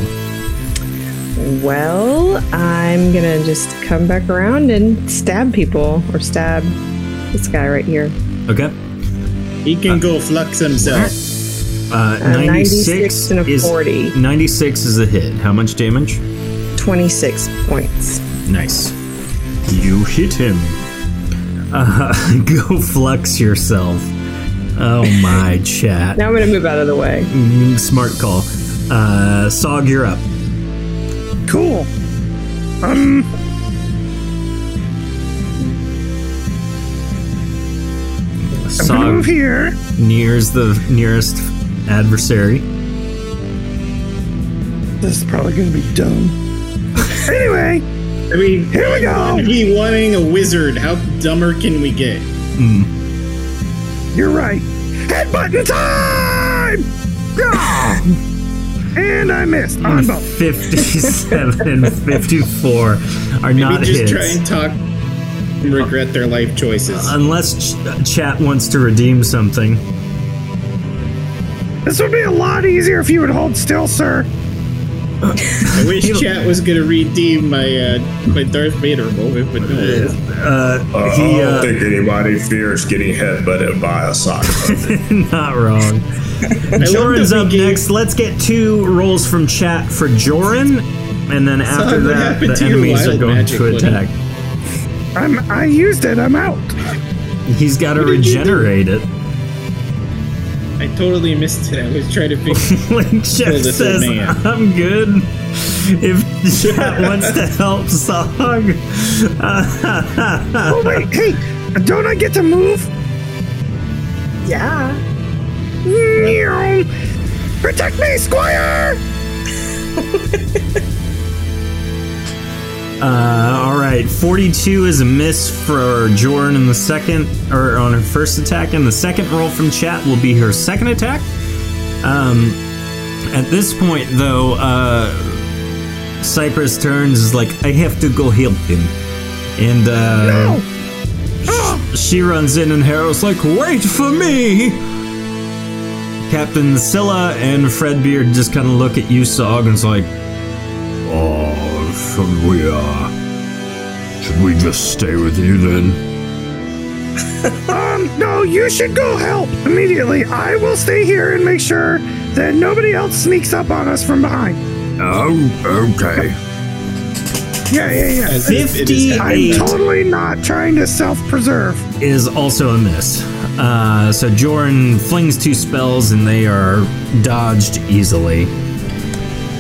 S13: Well, I'm gonna just come back around and stab people or stab this guy right here.
S2: Okay.
S4: He can go flux himself.
S2: Uh,
S13: Uh,
S2: 96,
S13: 96 and a
S2: is
S13: 40.
S2: 96 is a hit. How much damage?
S13: 26 points.
S2: Nice. You hit him. Uh, go flux yourself. Oh my chat.
S13: Now I'm gonna move out of the way.
S2: Mm, Smart call. Uh, Sog, you're up.
S5: Cool. Um. I'm
S2: Sog
S5: gonna move here.
S2: nears the nearest adversary.
S5: This is probably gonna be dumb. Anyway,
S4: I mean,
S5: Here we go.
S4: We wanting a wizard. How dumber can we get?
S5: You're right. Headbutton time! Ah! and I missed on both.
S2: 57 and 54 are
S4: Maybe
S2: not
S4: just
S2: hits.
S4: try and talk and regret their life choices.
S2: Uh, Unless ch- chat wants to redeem something.
S5: This would be a lot easier if you would hold still, sir.
S4: I wish chat was gonna redeem my uh, my Darth Vader moment, but no.
S6: Oh.
S10: Uh,
S2: he,
S10: I don't
S2: uh,
S10: think anybody fears getting headbutted by a sock.
S2: not wrong. Joran's up next. Let's get two rolls from chat for Joran, and then after
S4: what
S2: that,
S4: happened
S2: the
S4: to your
S2: enemies are
S4: wild
S2: going
S4: magic,
S2: to
S4: Woody?
S2: attack.
S5: I'm, I used it. I'm out.
S2: He's got to regenerate it.
S4: I totally missed it. I was trying to figure.
S2: Link
S4: Kill
S2: Jeff
S4: this
S2: says,
S4: old man.
S2: I'm good. If chat wants to help uh, Sog.
S5: oh, wait. Hey, don't I get to move?
S13: Yeah.
S5: Meow. Protect me, Squire!
S2: Uh, all right, 42 is a miss for Jordan in the second, or on her first attack, and the second roll from chat will be her second attack. Um, at this point, though, uh, Cypress turns is like, I have to go help him, and uh, sh- she runs in, and Harrow's like, Wait for me! Captain Scylla and Fredbeard just kind of look at you, Sog, and it's like,
S16: Oh, should we, uh. Should we just stay with you then?
S5: Um, no, you should go help immediately. I will stay here and make sure that nobody else sneaks up on us from behind.
S16: Oh, okay.
S5: Yeah, yeah, yeah.
S4: As if it is
S5: I'm
S4: happening.
S5: totally not trying to self preserve.
S2: is also a miss. Uh, so Joran flings two spells and they are dodged easily.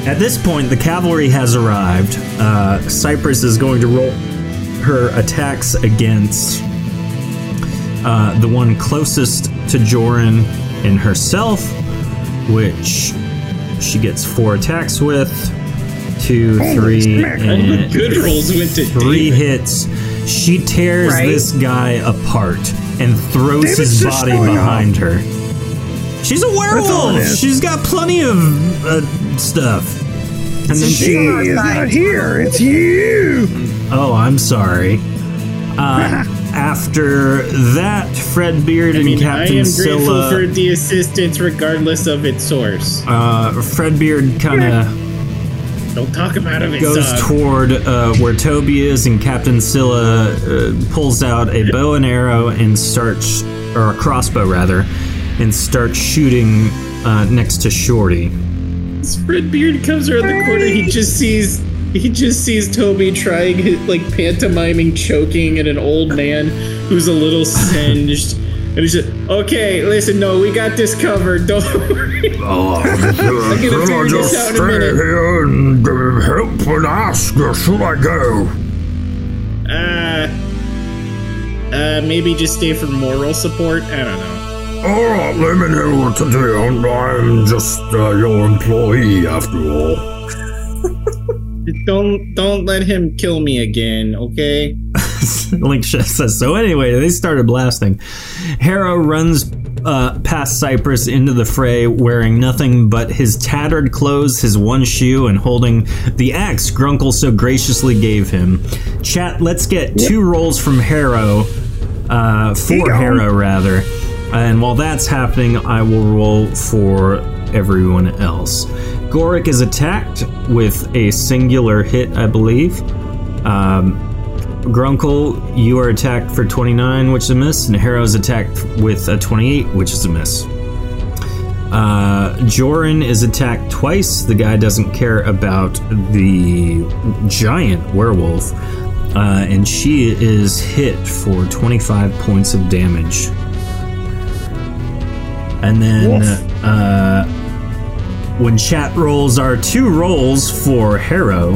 S2: At this point, the cavalry has arrived. Uh, Cypress is going to roll her attacks against uh, the one closest to Joran and herself, which she gets four attacks with. Two,
S4: Holy
S2: three,
S4: smack. All the
S2: and
S4: good rolls went to
S2: three
S4: David.
S2: hits. She tears
S4: Right.
S2: this guy apart and throws
S5: David's
S2: his
S5: just
S2: body
S5: showing off.
S2: behind her. She's a
S5: all it
S2: werewolf.
S5: is.
S2: She's got plenty of uh, stuff. And then
S5: she
S2: she.
S5: is not here. It's you.
S2: Oh, I'm sorry. Uh, after that, Fred Beard
S4: I
S2: and
S4: mean, I
S2: Captain
S4: am grateful
S2: Scylla.
S4: for the assistance, regardless of its source.
S2: uh, Fredbeard kind of
S4: Don't talk about it.
S2: goes
S4: Zog.
S2: toward uh, where Toby is, and Captain Scylla uh, pulls out a bow and arrow and starts, or a crossbow rather, and starts shooting uh, next to Shorty.
S4: Fred Beard comes around the corner. He just sees he just sees Toby trying his, like pantomiming choking at an old man who's a little singed. And he said, "Okay, listen, no, we got this covered. Don't worry."
S16: Oh,
S4: I'm gonna
S16: should I
S4: figure
S16: just
S4: this out in a
S16: stay
S4: minute.
S16: here and uh, help and ask, or should I go?
S4: Uh, uh, maybe just stay for moral support. I don't know.
S16: All right, Oh, let me know what to do. I'm- I'm just uh, your employee, after all.
S4: Don't don't let him kill me again, okay?
S2: Link says so. Anyway, they started blasting. Harrow runs uh, past Cypress into the fray, wearing nothing but his tattered clothes, his one shoe, and holding the axe Grunkle so graciously gave him. Chat, let's get two rolls from Harrow, uh, for Harrow rather. And while that's happening, I will roll for everyone else. Gorik is attacked with a singular hit, I believe. Um, Grunkle, you are attacked for 29, which is a miss, and Harrow's attacked with a 28, which is a miss. Uh, Joran is attacked twice. The guy doesn't care about the giant werewolf, uh, and she is hit for 25 points of damage. And then uh, when chat rolls are two rolls for Harrow,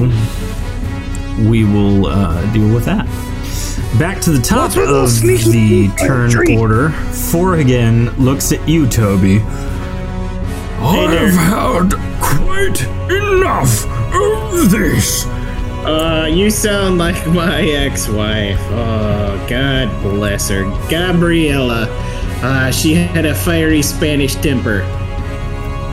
S2: we will uh, deal with that. Back to the top of the turn order. Forhagen looks at you, Toby.
S16: I've had quite enough of this.
S4: Uh, you sound like my ex-wife. Oh, God bless her, Gabriella. Uh, she had a fiery Spanish temper.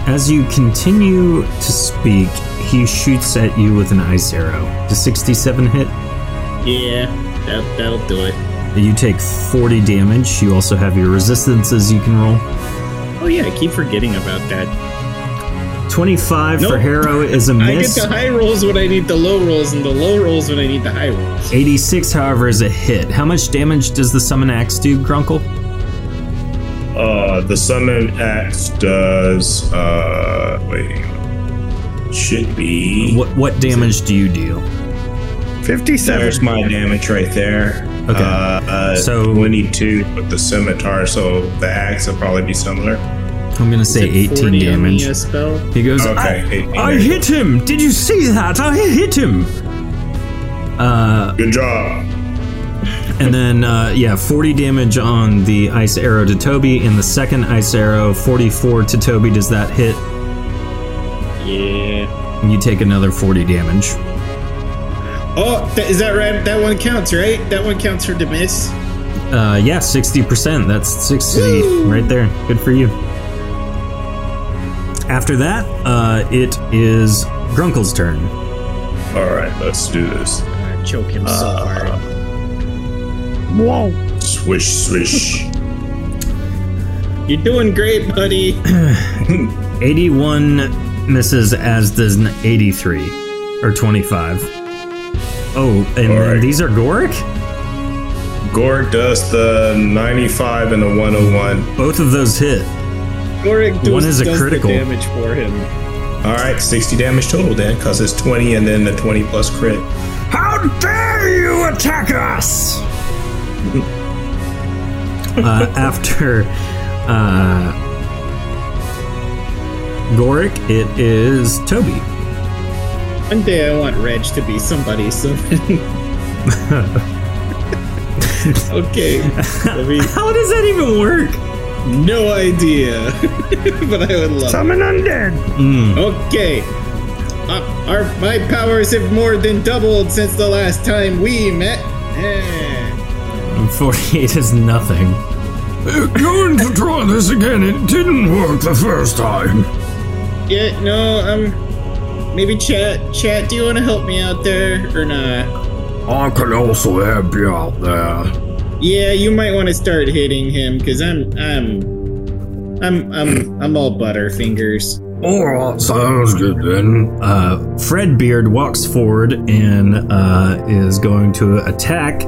S2: As you continue to speak, he shoots at you with an ice arrow. The 67 hit.
S4: Yeah, that that'll do it.
S2: You take 40 damage. You also have your resistances you can roll.
S4: Oh yeah, I keep forgetting about that.
S2: 25 for
S4: Nope.
S2: Harrow is a
S4: I get
S2: miss.
S4: the high rolls when I need the low rolls, and the low rolls when I need the high rolls.
S2: 86, however, is a hit. How much damage does the summon axe do, Grunkle?
S10: Uh, the summon axe does. Uh, wait. Should be.
S2: What what damage do you deal?
S10: 57. There's my damage right there.
S2: Okay.
S10: Uh, uh,
S2: So-
S10: 22 with the scimitar, so the axe will probably be similar.
S2: I'm gonna say 18 damage. He goes,
S10: Okay,
S2: I,
S10: 18
S2: I
S10: damage.
S2: hit him! Did you see that? I hit him! Uh,
S10: Good job.
S2: And then, uh, yeah, 40 damage on the ice arrow to Toby, and the second ice arrow, 44 to Toby. Does that hit?
S4: Yeah.
S2: And you take another 40 damage.
S4: Oh, th- is that right? That one counts, right? That one counts for the miss.
S2: Uh, yeah, 60%. That's 60 right there. Good for you. After that, uh, it is Grunkle's turn.
S10: All right, let's do this.
S4: Choke him so
S10: Uh,
S4: hard.
S10: Whoa. Swish, swish.
S4: You're doing great, buddy.
S2: 81 misses, as does an 83 or 25. Oh, and then these are Goric?
S10: Gorg does the 95 and the 101.
S2: Both of those hit.
S4: Gorik does,
S10: One is a
S4: does the
S10: critical.
S4: damage for him.
S10: All right, 60 damage total then, because it's 20 and then the 20 plus crit.
S16: How dare you attack us?
S2: uh, after uh, Goric, it is Toby.
S4: One day I want Reg to be somebody. So okay, let me.
S2: How does that even work?
S4: No idea, but I would love.
S5: Summon undead.
S4: Okay. Uh, our, my powers have more than doubled since the last time we met. Eh.
S2: And 48 is nothing.
S16: Uh, Going to try this again. It didn't work the first time.
S4: Yeah, no, um, maybe chat. Chat, do you want to help me out there or not?
S16: I can also help you out there.
S4: Yeah, you might want to start hitting him because I'm, I'm, I'm, I'm, I'm all butter fingers.
S16: Alright, sounds good then.
S2: Uh, Fred Beard walks forward and uh, is going to attack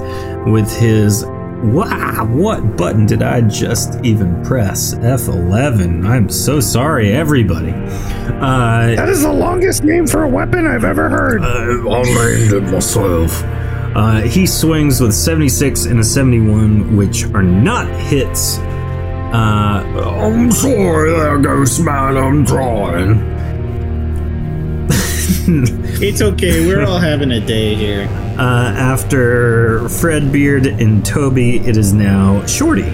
S2: with his. Wow, what button did I just even press? F11. I'm so sorry, everybody. Uh,
S5: That is the longest name for a weapon I've ever heard.
S11: Uh,
S16: I named it myself.
S2: Uh, he swings with 76 and a 71, which are not hits. Uh,
S11: I'm sorry there, Ghost Man, I'm trying.
S4: It's okay. We're all having a day here.
S2: Uh, after Fred Beard and Toby, it is now Shorty.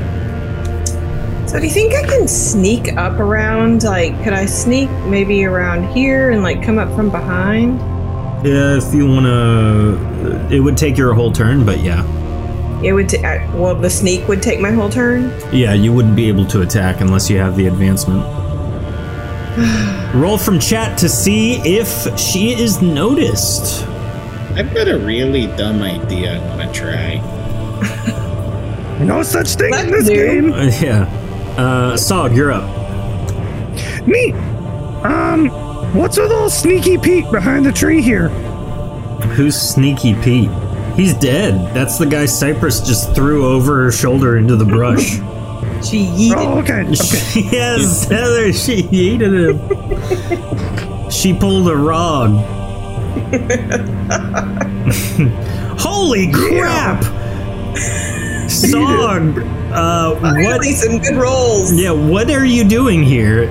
S13: So do you think I can sneak up around? Like, could I sneak maybe around here and like come up from behind?
S2: If you want to, it would take your whole turn, but yeah.
S13: It would. T- I- well, the sneak would take my whole turn.
S2: Yeah, you wouldn't be able to attack unless you have the advancement. Roll from chat to see if she is noticed.
S4: I've got a really dumb idea I want to try.
S5: No such thing in this game.
S2: Uh, yeah. Uh, Sog, you're up.
S5: Me. Um, what's with all sneaky Pete behind the tree here?
S2: Who's Sneaky Pete? He's dead. That's the guy Cypress just threw over her shoulder into the brush.
S13: She yeeted.
S5: Oh, okay. okay.
S2: yes, Heather, she yeeted him. she pulled a rog. Holy crap! Sog, uh, what?
S13: Finally, some good rolls.
S2: Yeah, what are you doing here?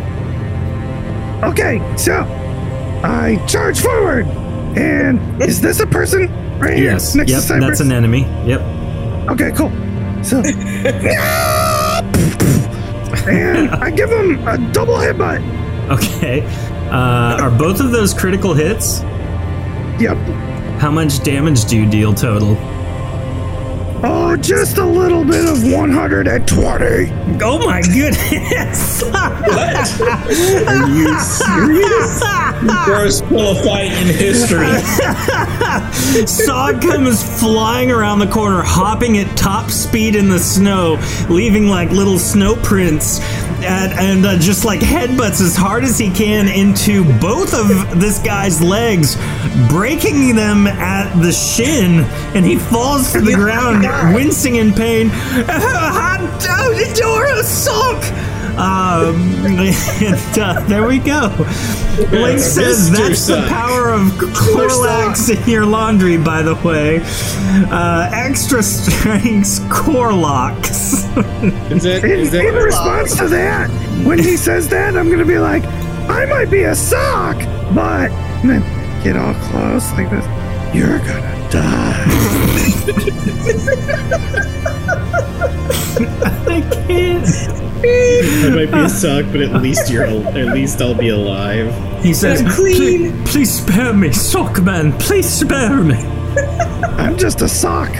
S5: Okay, so I charge forward, and is this a person right here
S2: yes.
S5: next
S2: yep,
S5: to Cypress?
S2: that's an enemy. Yep.
S5: Okay, cool. So, and I give him a double headbutt.
S2: Okay. Uh, are both of those critical hits?
S5: Yep.
S2: How much damage do you deal total?
S5: Oh, just a little bit of 120.
S2: Oh my goodness!
S9: Are
S6: you serious? First full fight in history.
S2: Sog comes flying around the corner, hopping at top speed in the snow, leaving like little snow prints, and, and uh, just like headbutts as hard as he can into both of this guy's legs, breaking them at the shin, and he falls to the ground, wincing in pain. Dora Sog! Um, and uh, there we go. Blake says
S9: Mr.
S2: that's the
S9: Sog.
S2: power of Clorlax in your laundry, by the way. Uh, extra strengths Corlocks.
S4: Is that, is
S5: In
S4: that
S5: response to that, when he says that, I'm gonna be like, I might be a sock, but and then get all close like this. You're gonna die.
S2: I can't.
S4: I might be a sock, but at least you're al- at least I'll be alive.
S2: He says, "Please, please spare me, Sockman. Please spare me."
S5: I'm just a sock.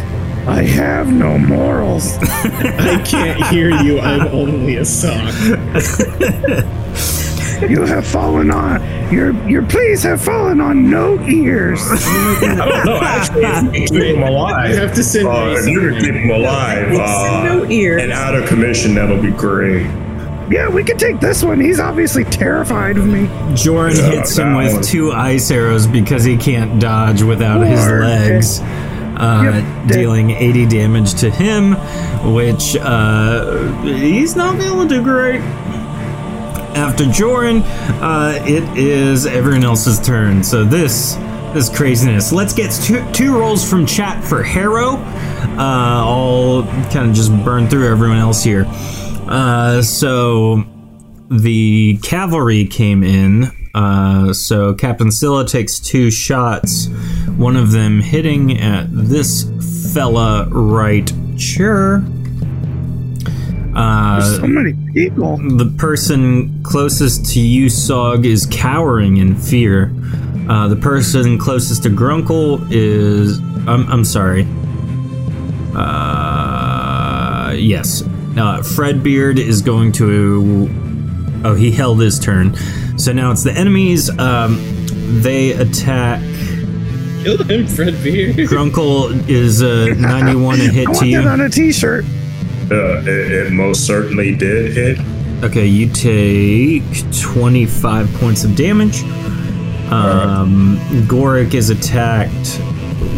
S5: I have no morals.
S4: I can't hear you. I'm only a sock.
S5: You have fallen on your your please have fallen on no ears.
S10: I don't know. Actually, if you keep him alive.
S4: You have to send
S10: uh, if you can keep him alive uh,
S13: no ears.
S10: and out of commission, that'll be great.
S5: yeah, we could take this one. He's obviously terrified of me.
S2: Joran
S10: Yeah,
S2: hits him
S10: that
S2: with
S10: one.
S2: two ice arrows because he can't dodge without his
S5: Or-
S2: legs, uh, dealing 80 damage to him, which uh, he's not feeling too great. After Joran, uh, it is everyone else's turn. So this this craziness. Let's get two, two rolls from chat for Harrow. Uh, I'll kind of just burn through everyone else here. Uh, so the cavalry came in. Uh, so Captain Scylla takes two shots, one of them hitting at this fella right sure. Uh,
S5: There's so many people.
S2: The person closest to you, Sog, is cowering in fear. Uh, the person closest to Grunkle is. I'm, I'm sorry. Uh, yes. Uh, Fredbeard is going to. Oh, he held his turn. So now it's the enemies. Um, they attack.
S4: Kill him, Fred Beard.
S2: Grunkle is a 91 and hit
S5: I
S2: to
S5: want
S2: you.
S5: that on a t-shirt.
S10: Uh, it, it most certainly did hit.
S2: Okay, you take 25 points of damage. Um, Goric is attacked.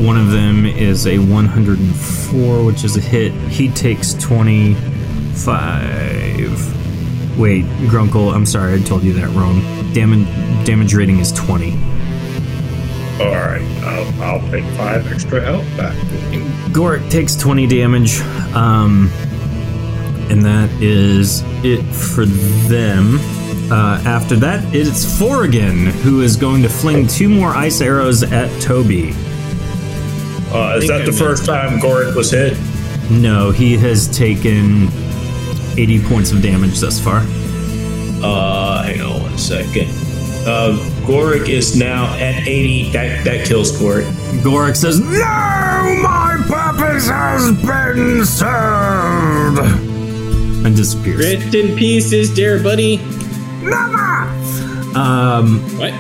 S2: One of them is a 104, which is a hit. He takes 25. Wait, Grunkle, I'm sorry, I told you that wrong. Damage, damage rating is 20.
S10: All right, I'll, I'll take five extra health back.
S2: Goric takes 20 damage. Um, and that is it for them. Uh, after that, it's Forrigan who is going to fling two more ice arrows at Toby.
S10: Uh, is that the first time Goric was hit?
S2: No, he has taken 80 points of damage thus far.
S6: Uh, hang on one second. Uh, Goric is now at 80. That that kills Goric.
S2: Goric says, No!
S16: My purpose has been served!
S2: and disappears.
S4: Rest in pieces, dear buddy.
S2: Um,
S4: what?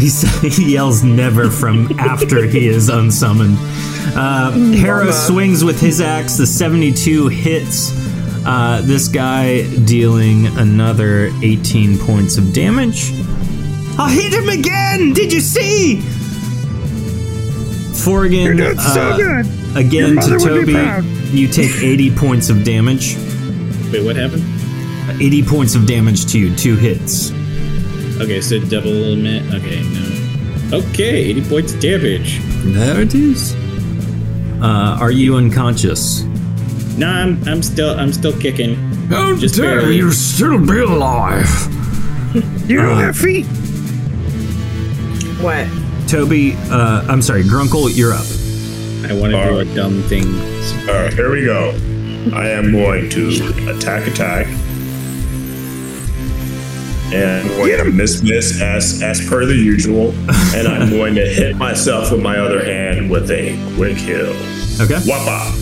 S2: He, s- he yells never from after he is unsummoned. Uh, Hera
S16: Mama.
S2: swings with his axe. The 72 hits uh, this guy, dealing another 18 points of damage.
S12: I hit him again! Did you see?
S2: Forgan, uh,
S12: You're doing so good. Your
S2: again to
S12: mother would be
S2: Toby,
S12: proud.
S2: you take 80 points of damage.
S4: Wait, what happened?
S2: 80 points of damage to you, two hits.
S4: Okay, so double man. Okay, no. Okay, 80 points of damage.
S2: There it is. Uh, are you unconscious?
S4: No, I'm I'm still I'm still kicking.
S16: How dare
S4: barely.
S16: you still be alive?
S5: You
S2: Uh,
S5: don't have feet.
S13: What?
S2: Toby, uh, I'm sorry, Grunkle, you're up.
S4: I want
S10: to do
S4: a dumb thing.
S10: All right, here we go. I am going to attack, attack, and I'm going to miss, miss as as per the usual, and I'm going to hit myself with my other hand with a quick heal.
S2: Okay.
S10: Wappa.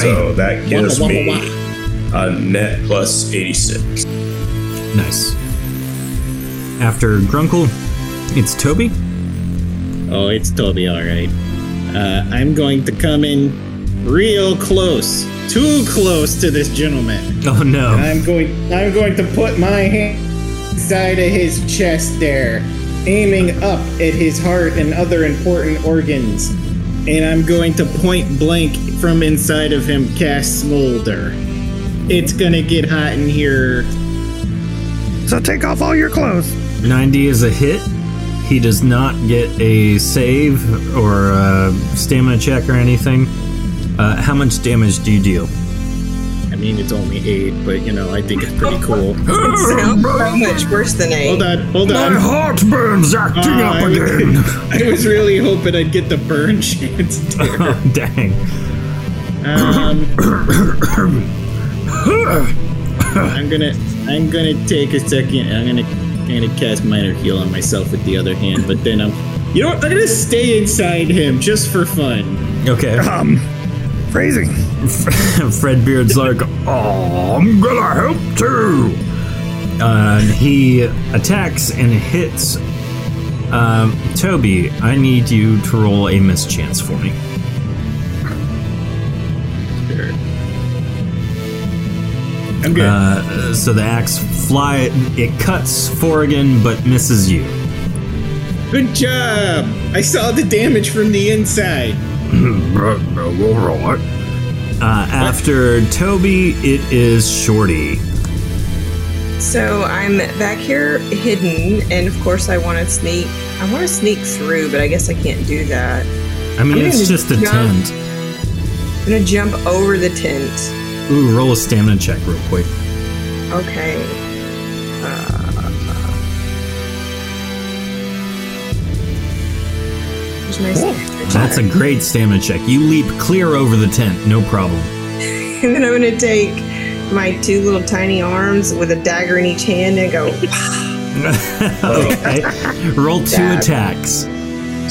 S10: So that gives
S2: Wappa,
S10: me
S2: wappa,
S10: a net plus eighty six.
S2: Nice. After Grunkle, it's Toby.
S4: Oh, it's Toby, all right. Uh, I'm going to come in real close, too close to this gentleman.
S2: Oh
S4: And
S2: no.
S4: I'm going. I'm going to put my hand inside of his chest there, aiming up at his heart and other important organs, and I'm going to point blank from inside of him cast smolder. It's gonna get hot in here.
S5: So take off all your clothes.
S2: 90 is a hit. He does not get a save or a stamina check or anything. Uh, how much damage do you deal?
S4: I mean, it's only eight, but you know, I think it's pretty cool.
S13: It sounds so much worse than a.
S4: Hold on, hold on.
S16: My heartburn's acting
S4: Ah,
S16: up
S4: I was-
S16: again.
S4: I was really hoping I'd get the burn chance there.
S2: Oh, Dang.
S4: Um, I'm gonna, I'm gonna take a second. I'm gonna, I'm gonna cast minor heal on myself with the other hand, but then I'm, you know what? I'm gonna stay inside him just for fun.
S2: Okay.
S5: Um, phrasing.
S2: Fred Beard's like, oh, I'm gonna help too. Uh, he attacks and hits. Um, Toby, I need you to roll a miss chance for me.
S4: I'm good.
S2: Uh, so the axe fly, it cuts Forrigan but misses you.
S4: Good job. I saw the damage from the inside.
S2: Alright. Uh, after Toby, it is Shorty.
S13: So I'm back here hidden, and of course I want to sneak. I want to sneak through, but I guess I can't do that.
S2: I mean,
S13: I'm
S2: it's
S13: gonna
S2: just a
S13: jump-
S2: tent.
S13: I'm gonna jump over the tent.
S2: Ooh, roll a stamina check real quick.
S13: Okay. Uh, there's my stamina
S2: That's a
S13: check.
S2: great stamina check. You leap clear over the tent, no problem.
S13: And then I'm gonna take my two little tiny arms with a dagger in each hand and go.
S2: okay. Roll two
S13: Dad.
S2: attacks.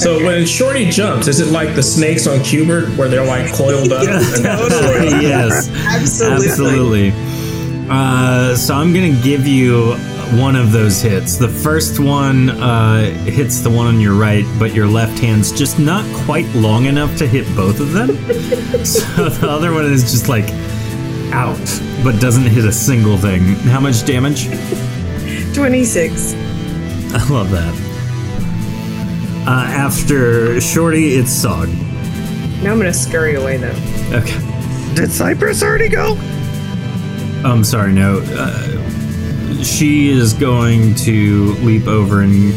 S6: So when Shorty jumps, is it like the snakes on Cubert where they're like coiled up? and
S2: yes.
S13: Absolutely.
S2: Absolutely. Uh, so I'm going to give you one of those hits. The first one uh, hits the one on your right, but your left hand's just not quite long enough to hit both of them. so the other one is just like out, but doesn't hit a single thing. How much damage?
S13: 26.
S2: I love that. Uh, after Shorty, it's Sog.
S13: Now I'm gonna scurry away though.
S2: Okay.
S5: Did Cypress already go?
S2: I'm Um, sorry, no. Uh, she is going to leap over and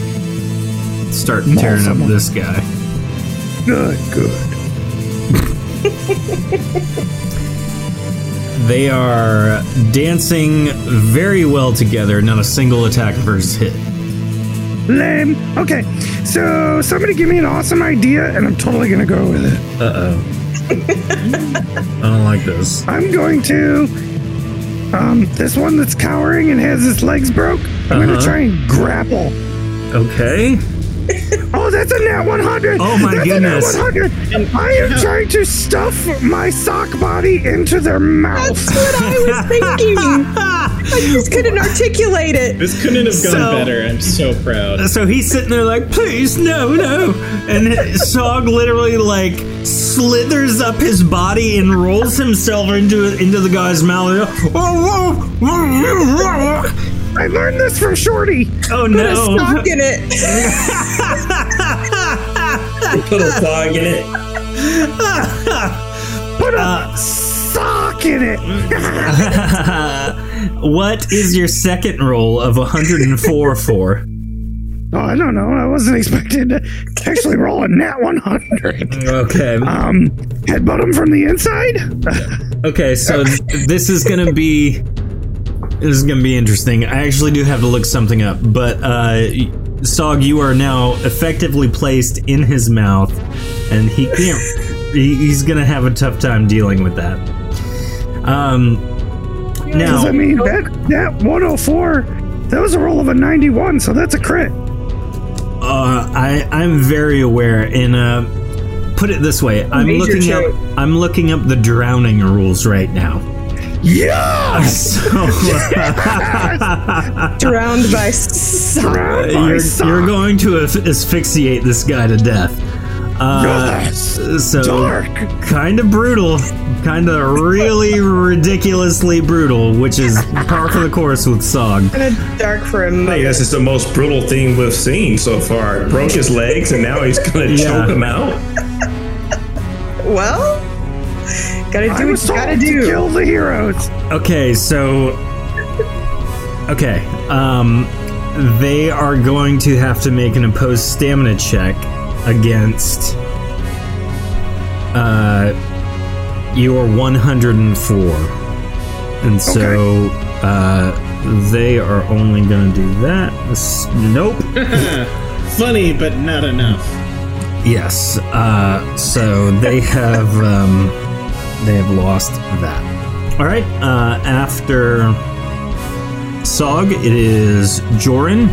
S2: start
S5: Maul
S2: tearing up
S5: someone.
S2: this guy.
S5: Good, good.
S2: They are dancing very well together. Not a single attack versus hit.
S5: Lame. Okay, so somebody give me an awesome idea, and I'm totally gonna go with it.
S2: Uh oh. I don't like this.
S5: I'm going to. Um, this one that's cowering and has its legs broke. I'm gonna
S2: Uh-huh.
S5: try and grapple.
S2: Okay.
S5: Oh, that's a nat 100.
S2: Oh my
S5: that's
S2: goodness.
S5: A nat 100. I am trying to stuff my sock body into their mouth. That's
S3: what I was thinking. I just couldn't articulate it.
S4: This couldn't have gone
S2: So-
S4: better. I'm so proud.
S2: So he's sitting there like, please, no, no. And Sog literally like slithers up his body and rolls himself into into the guy's mouth. "Oh, I
S5: learned this from Shorty.
S2: Oh
S12: Put a
S2: no!
S12: sock in
S3: it.
S2: Put a sock in it.
S5: Put a sock in
S2: it. what is your second roll of 104 for?
S5: Oh, I don't know. I wasn't expecting to actually roll a nat 100.
S2: Okay.
S5: Um, headbutt him from the inside.
S2: Okay, so th- this is gonna be this is gonna be interesting. I actually do have to look something up, but uh, y- Sog, you are now effectively placed in his mouth, and he can't. he, he's gonna have a tough time dealing with that. Um,
S5: Because,
S2: now
S5: I mean, that, that 104, that was a roll of a 91, so that's a crit.
S2: Uh, I I'm very aware, and uh, put it this way: I'm
S5: Major
S2: looking up.
S5: joke.
S2: I'm looking up the drowning rules right now.
S5: Yes!
S2: so,
S3: Drowned by sock.
S2: Uh, you're, you're going to as- asphyxiate this guy to death. Uh,
S5: Yes.
S2: So
S5: Dark.
S2: kind of brutal, kind of really ridiculously brutal, which is par for the course with Sog.
S3: Kind of dark for a
S10: I think
S3: moment.
S10: this is the most brutal thing we've seen so far. Broke his legs and now he's gonna
S2: Yeah.
S10: choke him out.
S3: Well, gotta
S5: I
S3: do what
S5: was
S3: you gotta
S5: told to
S3: do.
S5: kill the heroes.
S2: Okay, so okay, um, they are going to have to make an opposed stamina check against uh your 104, and so uh they are only going to do that. This- nope.
S4: Funny, but not enough.
S2: Yes. Uh, so they have um, they have lost that. All right. Uh, after Sog, it is Joran.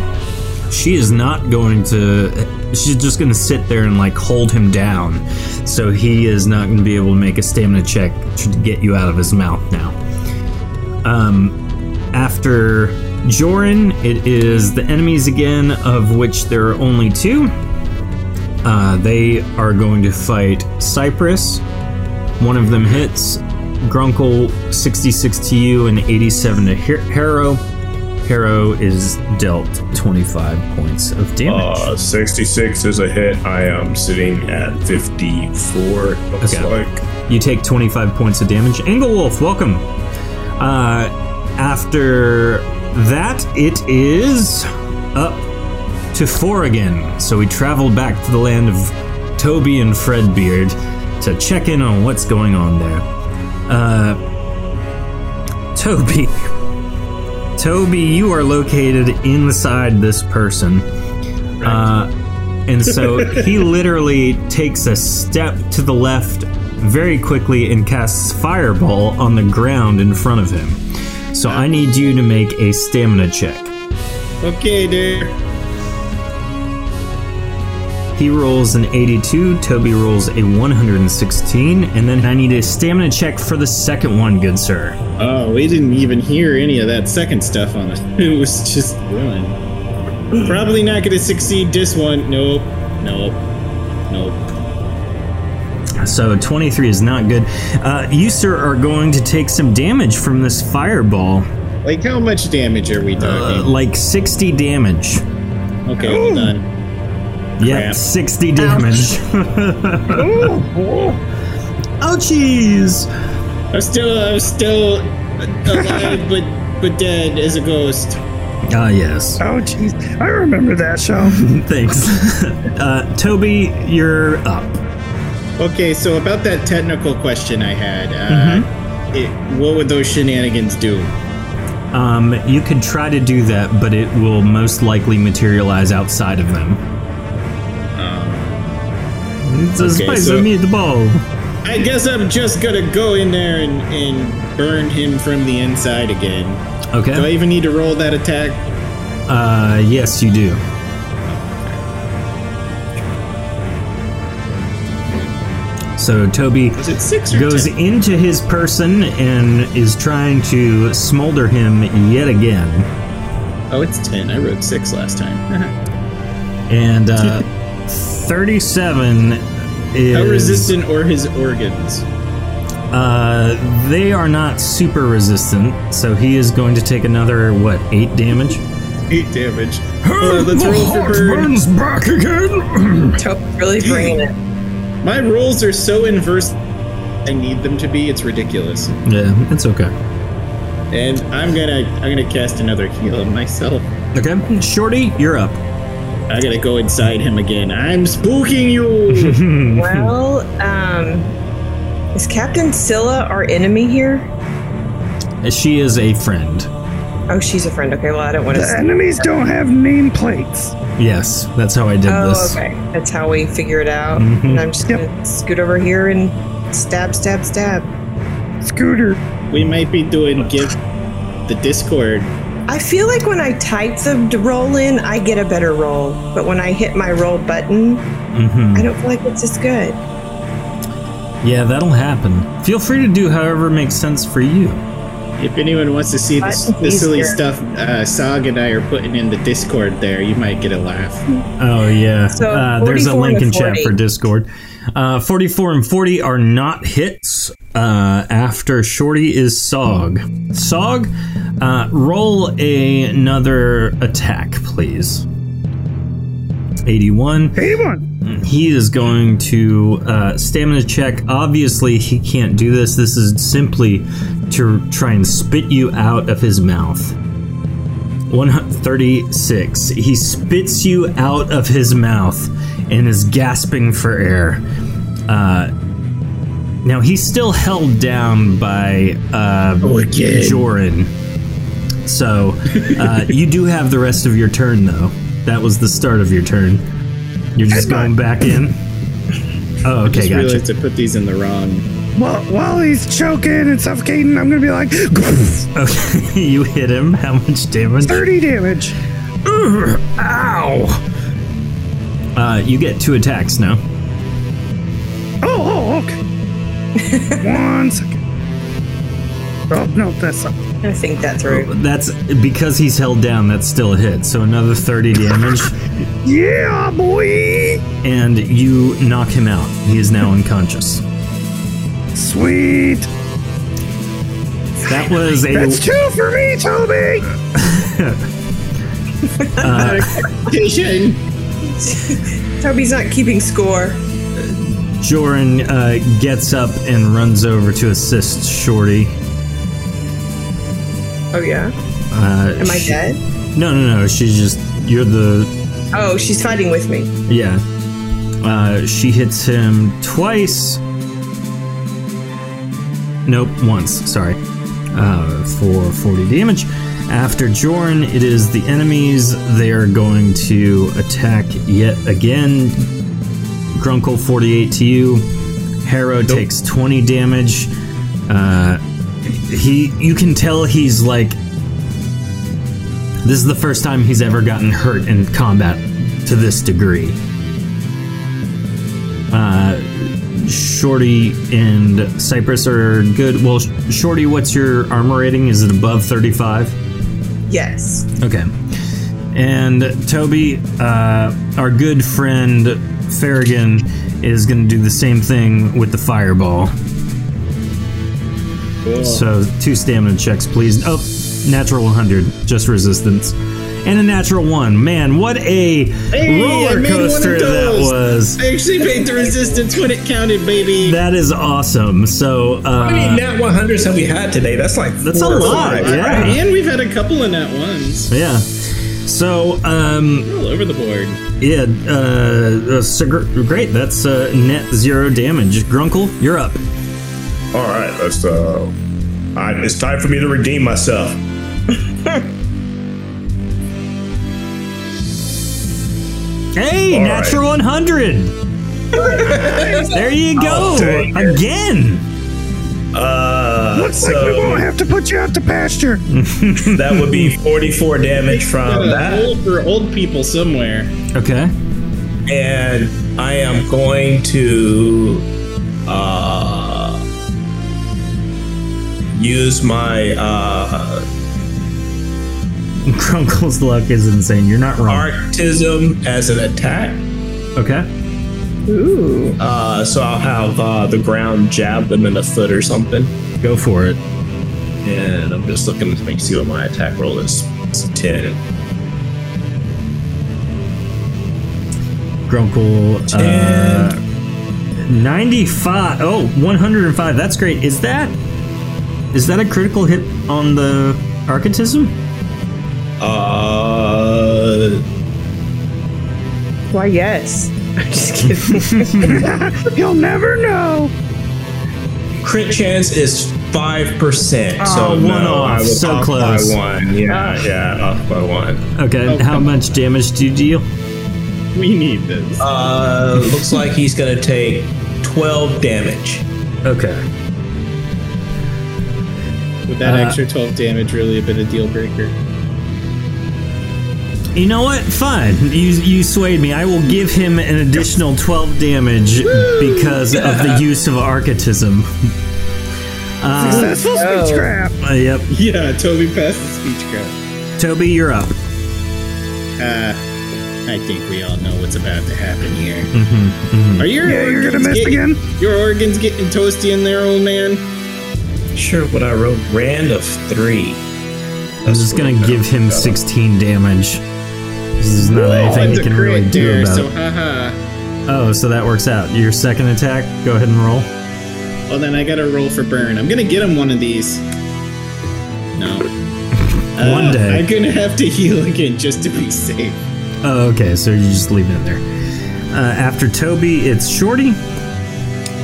S2: She is not going to. She's just going to sit there and like hold him down, so he is not going to be able to make a stamina check to get you out of his mouth now. Um, after Joran, it is the enemies again, of which there are only two. Uh, they are going to fight Cyprus. One of them hits. Grunkle 66 to you and 87 to Har- Harrow. Harrow is dealt 25 points of damage.
S10: Uh, 66 is a hit. I am sitting at 54. It looks
S2: Okay.
S10: like.
S2: You take 25 points of damage. Engelwolf, welcome. Uh, after that, it is up to four again. So we travel back to the land of Toby and Fredbeard to check in on what's going on there. Uh, Toby. Toby, you are located inside this person. Uh, and so he literally takes a step to the left very quickly and casts Fireball on the ground in front of him. So I need you to make a stamina check.
S4: Okay, dude.
S2: He rolls an 82, Toby rolls a 116, and then I need a stamina check for the second one, good sir.
S4: Oh, we didn't even hear any of that second stuff on it. It was just one. Probably not going to succeed this one. Nope. Nope. Nope.
S2: So 23 is not good. Uh, you, sir, are going to take some damage from this fireball.
S4: Like, how much damage are we
S2: Uh,
S4: talking?
S2: like 60 damage.
S4: okay, hold on.
S2: Yeah,
S4: Crap.
S2: 60 damage.
S4: oh,
S2: jeez.
S4: I'm still, I'm still alive, but but dead as a ghost.
S2: Ah, yes.
S5: Oh, jeez. I remember that show.
S2: Thanks. uh, Toby, you're up.
S4: Okay, so about that technical question I had, uh, it, what would those shenanigans do?
S2: Um, you could try to do that, but it will most likely materialize outside of them. it's a
S4: Um, okay,
S2: spice
S4: so-
S2: of meatball.
S4: I guess I'm just gonna go in there and, and burn him from the inside again.
S2: Okay.
S4: Do I even need to roll that attack?
S2: Uh, yes, you do. So Toby goes into his person and is trying to smolder him yet again.
S4: Oh, it's 10. I wrote 6 last time.
S2: And uh, 37 is.
S4: How resistant or his organs?
S2: Uh, they are not super resistant, so he is going to take another, what, 8 damage?
S4: 8 damage.
S2: Oh,
S16: Hey,
S4: let's
S16: my
S4: roll for
S16: heart
S4: bird.
S16: burns back again.
S13: really bringing it.
S4: My rolls are so inverse I need them to be. It's ridiculous.
S2: Yeah, it's okay.
S4: And I'm gonna I'm gonna cast another heal on myself.
S2: Okay, Shorty, you're up.
S4: I gotta go inside him again. I'm spooking
S5: Mm-hmm.
S4: you.
S13: Well, um, is Captain Scylla our enemy here?
S2: She is a friend.
S13: Oh, she's a friend. Okay, well, I don't want to.
S5: The enemies don't have nameplates.
S2: Yes, that's how I did
S13: Oh,
S2: this.
S13: okay. That's how we figure it out.
S2: Mhm.
S5: Mm-hmm.
S13: And I'm just gonna scoot over here and stab, stab, stab.
S4: Scooter. We might be doing give the Discord.
S13: I feel like when I type the d- roll in, I get a better roll. But when I hit my roll button,
S2: Mm-hmm.
S13: I don't feel like it's as good.
S2: Yeah, that'll happen. Feel free to do however makes sense for you.
S4: If anyone wants to see this,
S2: Button
S4: the silly
S2: easier.
S4: stuff uh, Sog and I are putting in the Discord there, you might get a laugh.
S2: Oh yeah,
S4: So,
S2: uh, there's a
S4: 44
S2: link in
S4: and
S2: chat
S4: 40.
S2: for Discord. Uh, 44 and 40 are not hits. Uh, after Shorty is Sog. Sog, uh, roll a- another attack, please. 81. 81. He is going to uh, stamina check. Obviously, he can't do this. This is simply to try and spit you out of his mouth. 136. He spits you out of his mouth and is gasping for air. Uh, now he's still held down by uh,
S4: Oh, again.
S2: Joran. So uh, you do have the rest of your turn, though. That was the start of your turn. You're just going back in. Oh,
S4: I
S2: okay,
S4: just
S2: gotcha.
S4: realized I put these in the wrong.
S5: While, while he's choking and suffocating, I'm gonna be like,
S2: Okay, you hit him. How much damage?
S5: 30 damage.
S2: Ow! Uh, you get two attacks now.
S5: Oh, oh okay. One second. Oh, no, that's not.
S13: I think that through.
S2: That's because he's held down. That's still a hit. So another thirty damage. yeah, boy. And you knock him out. He is now unconscious.
S5: Sweet.
S2: That was a
S5: That's two for me, Toby!
S2: Uh,
S13: Toby's not keeping score.
S2: Joran uh, gets up and runs over to assist Shorty.
S13: Oh yeah.
S2: Uh,
S13: Am I dead?
S2: No, no, no. She's just you're the
S13: Oh, she's fighting with me.
S2: Yeah. Uh, she hits him twice. Nope, once. Sorry. Uh, for 40 damage. After Jorn, it is the enemies. They are going to attack yet again. Grunkle 48 to you. Harrow takes 20 damage. Uh, he, you can tell he's like this is the first time he's ever gotten hurt in combat to this degree. Uh, Shorty and Cypress are good. Well, Sh- Shorty, what's your armor rating? Is it above 35?
S13: Yes.
S2: Okay. And Toby, uh, our good friend Farragon, is going to do the same thing with the fireball. So two stamina checks, please. Oh, natural 100, just resistance, and a natural one. Man, what a
S4: Hey, I
S2: roller
S4: made one of
S2: coaster that
S4: those.
S2: was!
S4: I actually made the resistance when it counted, baby.
S2: That is awesome. So, uh,
S4: How many nat 100s have
S6: we had today? That's like
S2: that's a
S6: four or
S2: lot.
S6: five,
S2: Yeah,
S4: And we've had a couple of nat ones.
S2: yeah. So, um,
S4: All over the board.
S2: yeah, uh, uh, so gr- great. That's uh, net zero damage. Grunkle, you're up.
S10: All right, let's uh, All right, it's time for me to redeem myself.
S2: Hey,
S10: All right.
S2: natural 100. there you go.
S10: I'll take it.
S2: Again.
S6: Uh,
S5: Looks
S6: so
S5: like we won't have to put you out to pasture.
S6: that would be 44 damage from that.
S4: Uh, Old for old people somewhere.
S2: Okay.
S6: and I am going to uh, use my uh,
S2: Crunkle's luck is insane. You're not wrong.
S6: artism as an attack.
S2: Okay.
S6: Ooh. Uh, so I'll have uh, the ground jab them in the foot or something.
S2: Go for it.
S6: And I'm just looking to make see what my attack roll is. It's a ten.
S2: Grunkle. Uh, 95. Oh, 105. That's great. Is that is that a critical hit on the archetism?
S6: Uh,
S3: Why, yes. I'm just kidding.
S5: You'll never know.
S6: Crit chance is five percent. so
S2: Oh, one
S6: no,
S2: off.
S6: I was
S2: So
S6: off
S2: close.
S6: By one. Yeah, yeah, off by one.
S2: Okay. How much damage do you deal?
S4: We need this.
S6: Uh, looks like he's gonna take twelve damage.
S2: Okay.
S4: With that
S2: Uh,
S4: extra 12 damage, really a bit of deal breaker.
S2: You know what? Fine. You you swayed me. I will give him an additional 12 damage because of the use of archetism. Uh,
S5: Successful speech
S13: Oh.
S5: crap.
S2: Uh, yep.
S4: Yeah, Toby passed the speech crap.
S2: Toby, you're up.
S4: Uh, I think we all know what's about to happen here.
S2: Mm-hmm.
S4: Are your
S5: Yeah,
S4: organs
S5: you're gonna miss
S4: getting,
S5: again?
S4: Your organs getting toasty in there, old man?
S6: Sure, what I wrote ran of three.
S2: I'm just gonna give him 16 damage. This is not anything
S4: it's
S2: he
S4: a
S2: can
S4: crit
S2: really do
S4: there,
S2: about
S4: so
S2: it.
S4: haha.
S2: Oh, so that works out. Your second attack, go ahead and roll.
S4: Well, Oh, then I gotta roll for burn. I'm gonna get him one of these. No.
S2: One
S4: Uh,
S2: day.
S4: I'm gonna have to heal again just to be safe.
S2: Oh, okay, so you just leave it there. Uh, after Toby, it's Shorty.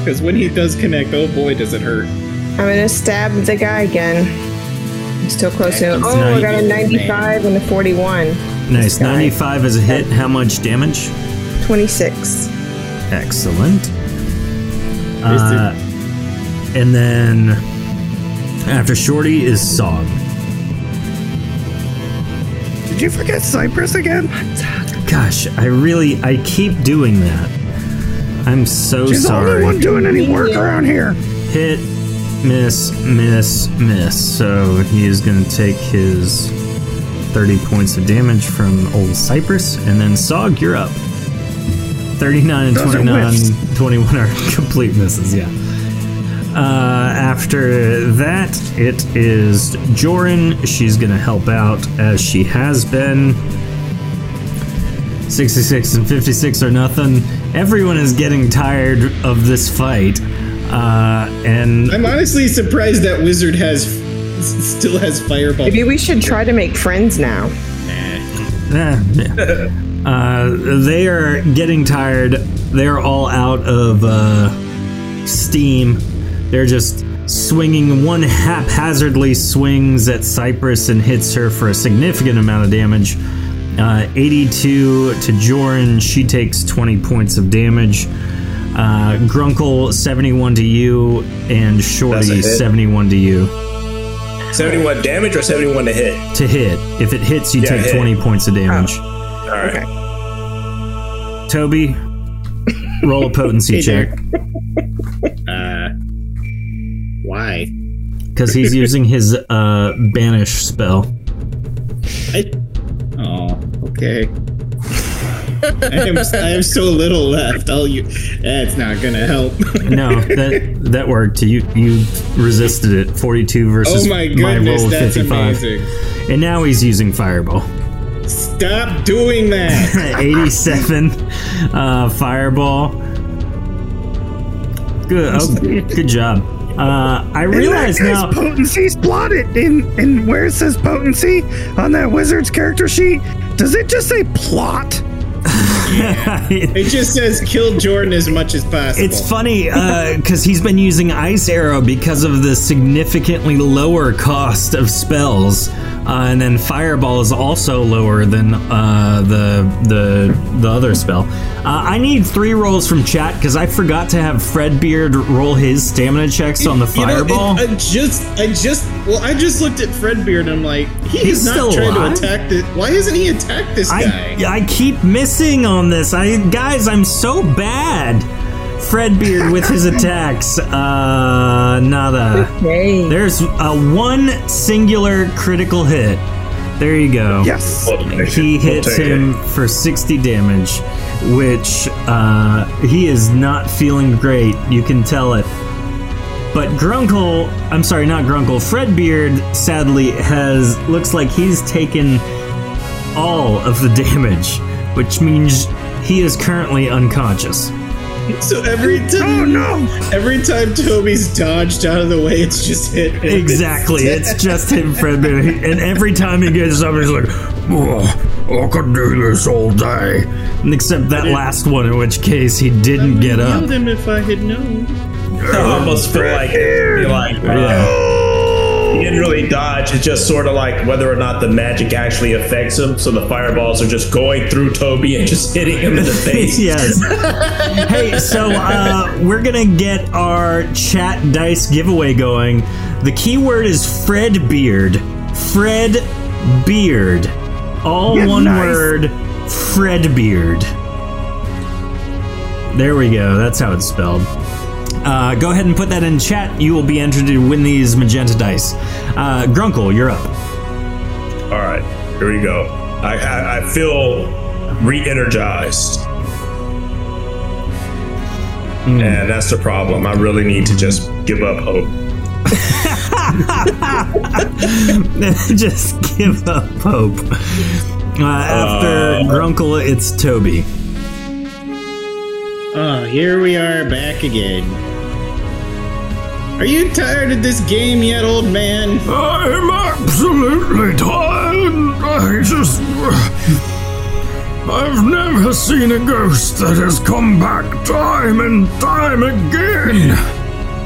S4: Because when he does connect, oh boy, does it hurt.
S13: I'm gonna stab the guy again. I'm still close to him.
S2: That's
S13: Oh, I got a
S2: 90,
S13: 95 and a 41.
S2: Nice, 95 as a hit. How much damage?
S13: 26.
S2: Excellent. Uh, and then after Shorty is Sog.
S5: Did you forget Cypress again?
S2: Gosh, I really I keep doing that. I'm so
S5: She's the
S2: sorry.
S5: only one doing any work around here.
S2: Hit, miss, miss, miss. So he is going to take his 30 points of damage from Old Cypress. And then Sog, you're up. 39 and
S5: Those are
S2: 29,
S5: whiffs.
S2: 21 are complete misses, yeah. Uh, after that, it is Joran. She's going to help out as she has been. 66 and 56 are nothing. Everyone is getting tired of this fight. Uh, and
S4: I'm honestly surprised that wizard has s- still has fireball.
S13: Maybe we should try to make friends now.
S2: Eh, yeah. uh, they are getting tired. They're all out of uh, steam. They're just swinging. One haphazardly swings at Cypress and hits her for a significant amount of damage. Uh, 82 to Joran. She takes 20 points of damage. Uh, Grunkle 71 to you and Shorty
S6: hit.
S2: 71 to you
S6: Seventy-one damage or seventy-one to hit.
S2: to hit. If it hits, you
S6: Yeah,
S2: take
S6: hit.
S2: 20 points of damage.
S6: All right.
S2: Toby, roll a potency
S4: Hey there.
S2: check
S4: Uh, why?
S2: because he's using his uh, banish spell.
S4: I, oh, okay. I, am, I have so little left. I'll you. That's not gonna help.
S2: No, that that worked. You you resisted it. Forty two versus
S4: oh my goodness,
S2: roll of
S4: that's
S2: fifty five.
S4: amazing.
S2: And now he's using fireball.
S4: Stop doing that.
S2: Eighty seven, uh, fireball. Good. Oh, good job. Uh, I
S5: In that
S2: realize
S5: case,
S2: now.
S5: potency's plotted in in where it says potency on that wizard's character sheet. Does it just say plot?
S4: it just says kill Jordan as much as possible.
S2: It's funny because he's been using Ice Arrow because of the significantly lower cost of spells, uh, and then Fireball is also lower than uh, the the the other spell. Uh, I need three rolls from chat because I forgot to have Fredbeard roll his stamina checks on the
S4: You know, it-
S2: Fireball.
S4: I just, I just, well, I just looked at Fredbeard and I'm like, he
S2: He's
S4: is
S2: still
S4: not trying
S2: alive?
S4: to attack this. Why isn't he attack this guy?
S2: I, I keep missing on this. I guys, I'm so bad. Fredbeard with his attacks. Uh, nada. There's a one singular critical hit. There you go.
S5: Yes.
S2: He
S5: We'll
S2: hits
S5: take
S2: him for 60 damage, which uh, he is not feeling great. You can tell it. But Grunkle, I'm sorry, not Grunkle. Fredbeard sadly has looks like he's taken all of the damage, which means he is currently unconscious.
S4: So every
S2: Oh,
S4: time, every time Toby's dodged out of the way, it's just hit. him.
S2: Exactly, it's just him, Fredbeard. And every time he gets up, he's like,
S16: "Oh, I could do this all day."
S2: Except that last one, in which case he didn't get up.
S4: Killed him if I had known.
S6: I almost feel like it'd be like uh, he didn't really dodge. It's just sort of like whether or not the magic actually affects him. So the fireballs are just going through Toby and just hitting him in the face.
S2: yes. hey, so uh, we're gonna get our chat dice giveaway going. The keyword is Fred Beard. Fred Beard. All
S5: Yeah,
S2: one
S5: nice.
S2: word. Fred Beard. There we go. That's how it's spelled. Uh, go ahead and put that in chat. You will be entered to win these magenta dice. Uh, Grunkle, you're up.
S10: All right, here we go. I I, I feel re-energized, and that's the problem. I really need to just give up hope.
S2: Just give up hope. Uh, after Grunkle, it's Toby.
S4: Oh, here we are back again. Are you tired of this game yet, old man?
S16: I'm absolutely tired. I just. I've never seen a ghost that has come back time and time again.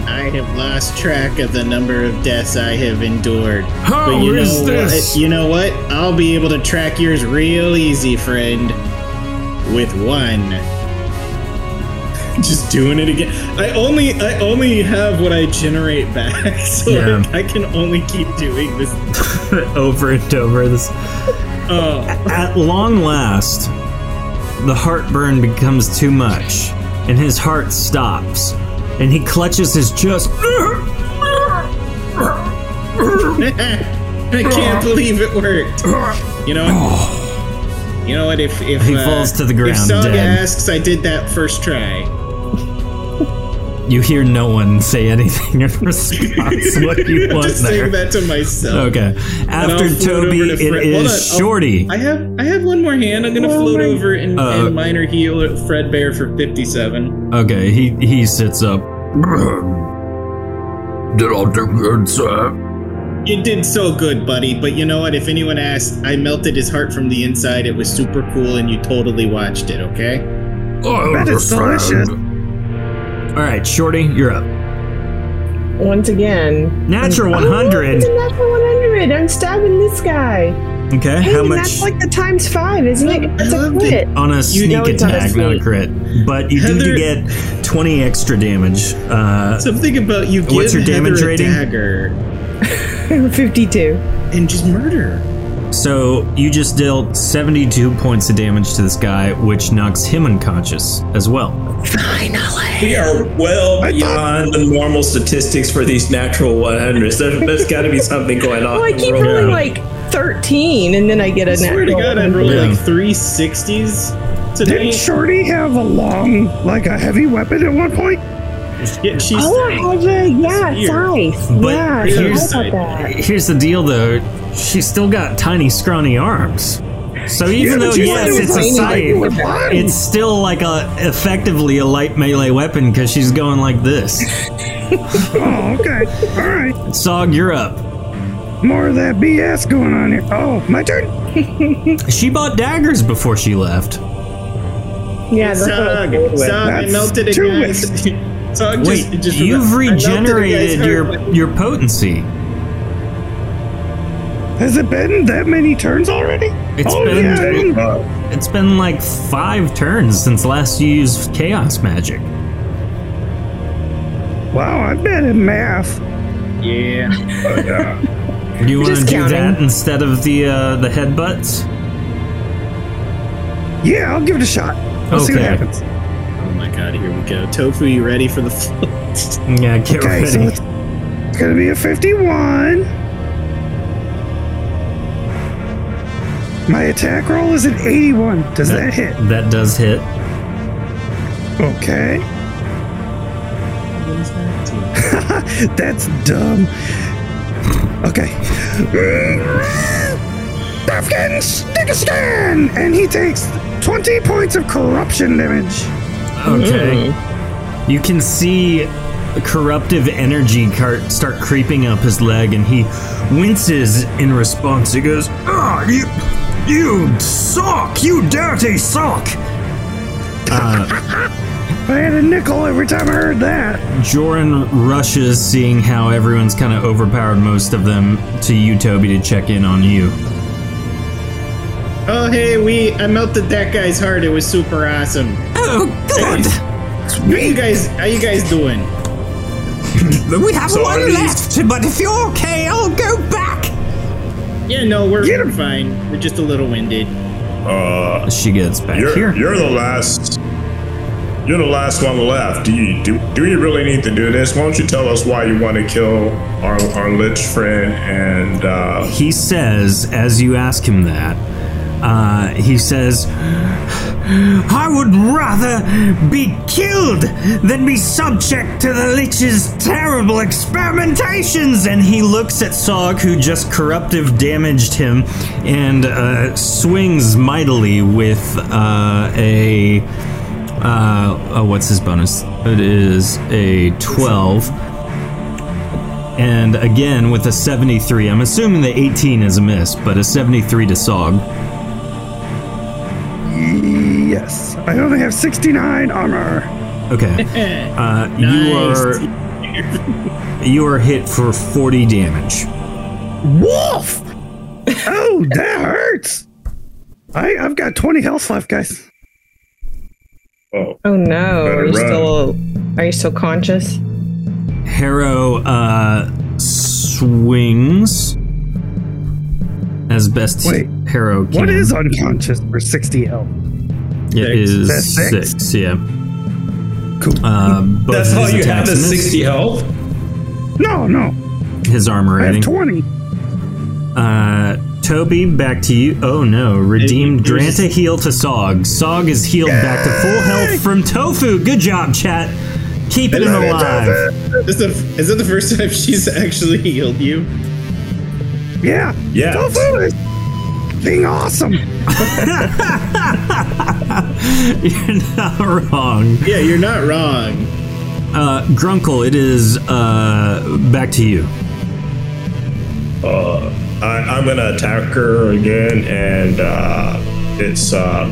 S4: I have lost track of the number of deaths I have endured.
S16: How
S4: but you
S16: is
S4: know
S16: this?
S4: What? You know what? I'll be able to track yours real easy, friend. With one. Just doing it again. I only I only have what I generate back, so
S2: Yeah.
S4: like, I can only keep doing this.
S2: over and over this.
S4: Uh.
S2: At long last, the heartburn becomes too much, and his heart stops, and he clutches his chest.
S4: I can't believe it worked. You know. You know what? If if
S2: He
S4: uh,
S2: falls to the ground
S4: if Saga
S2: dead.
S4: asks, I did that first try.
S2: You hear no one say anything in response. What do you want
S4: Just
S2: there?
S4: saying that to myself.
S2: Okay.
S4: And I'll
S2: After
S4: float
S2: Toby,
S4: over to
S2: it
S4: Fred- Hold on,
S2: is
S4: I'll-
S2: Shorty.
S4: I have I have one more hand. I'm gonna float over and,
S2: Uh,
S4: and minor heal at Fred Bear for 57.
S2: Okay, he he sits up.
S16: Did I do good, sir?
S4: You did so good, buddy. But you know what? If anyone asks, I melted his heart from the inside. It was super cool, and you totally watched it. Okay.
S16: I
S4: Bet it's
S16: understand.
S4: delicious.
S2: All right, Shorty, you're up.
S13: Once again.
S2: Natural
S13: Oh,
S2: 100.
S13: it's a natural 100. I'm stabbing this guy.
S2: Okay,
S13: Hey,
S2: how
S13: and
S2: much
S13: That's like the times five, isn't it? It's a crit.
S2: on a sneak
S13: know it's on a
S2: attack, not a
S13: sneak.
S2: crit, but you
S4: Heather-
S2: do get twenty extra damage. Uh,
S4: Something about you. Give
S2: What's your
S4: Heather
S2: damage
S4: a
S2: rating?
S4: Dagger
S13: Fifty-two.
S4: and just murder. her.
S2: So you just dealt 72 points of damage to this guy, which knocks him unconscious as well.
S6: We are well beyond the normal statistics for these natural 100s. There, there's got to be something going on.
S13: Well, I
S6: in the
S13: keep
S6: world.
S13: rolling like thirteen, and then I get a
S4: I swear to
S13: natural.
S4: God, I
S13: 100.
S4: rolled
S2: Yeah.
S4: like 360s today.
S5: Did Shorty have a long, like a heavy weapon at one point?
S4: Yeah, she's
S13: Oh, I have a, yeah,
S4: It's
S13: it's ice.
S2: But
S13: yeah, I
S2: here's-
S13: forgot about that.
S2: Here's the deal though, she's still got tiny, scrawny arms. So even
S5: but
S2: though,
S5: you
S2: yes,
S5: said it
S2: it's a
S5: was tiny,
S2: scythe,
S5: like it was
S2: it's still like a effectively a light melee weapon because she's going like this.
S5: oh, okay. All right.
S2: Sog, you're up.
S5: More of that BS going on here. Oh, my turn.
S2: She bought daggers before she left.
S3: Yeah, that's what I
S4: Sog,
S3: rolled with.
S4: Sog, I
S3: That's
S4: melted a
S3: two
S4: guy's. Sog just,
S2: Wait,
S4: just
S2: you've
S4: I melted a guy's
S2: regenerated
S4: heart
S2: your
S4: with-
S2: your potency.
S5: Has it been that many turns already?
S2: It's
S5: oh,
S2: been
S5: yeah, I didn't-
S2: it's been like five turns since last you used chaos magic.
S5: wow, I'm bad at math.
S4: Yeah.
S2: Do you want to
S5: Just
S2: do
S5: counting.
S2: that instead of the uh, the headbutts?
S5: Yeah, I'll give it a shot. I'll see what
S2: Okay.
S5: happens.
S4: Oh my god, here we go. Tofu, you ready for the float?
S2: Yeah, get
S5: okay, so
S2: ready.
S5: it's, it's gonna be a 51. My attack roll is an 81. Does that, hit?
S2: That does hit.
S5: Okay. That's dumb. Okay. Buffkin stick a scan! And he takes 20 points of corruption damage.
S2: Okay. You can see a corruptive energy cart start creeping up his leg, and he winces in response. He goes,
S16: Ah, you, you sock! You dirty sock!
S5: I had a nickel every time I heard that.
S2: Joran rushes, seeing how everyone's kind of overpowered most of them, to you, Toby, to check in on you.
S4: Oh hey, we I melted that guy's heart. It was super awesome.
S12: Oh
S4: good. How you guys? How you guys doing?
S12: We have
S4: So are
S12: one
S4: these-
S12: left, but if you're okay, I'll go back.
S4: Yeah, no, we're we're fine. We're just a little winded.
S10: Uh,
S2: she gets back
S10: you're,
S2: here.
S10: You're the last. You're the last one left. Do you do, do you really need to do this? Why don't you tell us why you want to kill our our lich friend and uh,
S2: He says, as you ask him that, uh, he says,
S12: I would rather be killed than be subject to the Lich's terrible experimentations.
S2: and he looks at Sog, who just corruptive damaged him, and uh, swings mightily with uh, a. Uh, oh, what's his bonus? It is a 12. And again with a 73. I'm assuming the 18 is a miss, but a 73 to Sog.
S5: Yes. I only have 69 armor.
S2: Okay. Uh, You are. You are hit for 40 damage.
S5: Wolf! Oh, that hurts! I, I've got 20 health left, guys.
S10: Oh,
S13: no. Are you
S2: Better
S13: still are you still conscious?
S2: Harrow uh, swings as best
S5: Wait,
S2: Harrow can.
S5: What is unconscious for 60 health?
S2: It is
S5: That's
S2: six?
S5: six?
S2: yeah. Cool. Uh, both
S6: That's
S2: of
S6: all
S2: his
S6: you have
S2: attacks
S6: is
S2: miss.
S6: 60 health?
S5: No, no.
S2: His armor
S5: I have
S2: rating.
S5: 20.
S2: Uh, Toby, back to you. Oh no, redeemed.
S5: it was
S2: Grant a heal to Sog. Sog is healed back to full health from Tofu. Good job, chat. Keeping him alive.
S4: Is the is that the first time she's actually healed you?
S5: Yeah.
S10: Yeah.
S5: Tofu is being awesome.
S2: You're not wrong.
S4: Yeah, you're not wrong.
S2: Uh, Grunkle, it is uh, back to you.
S10: Uh, I, I'm gonna attack her again, and uh, it's uh,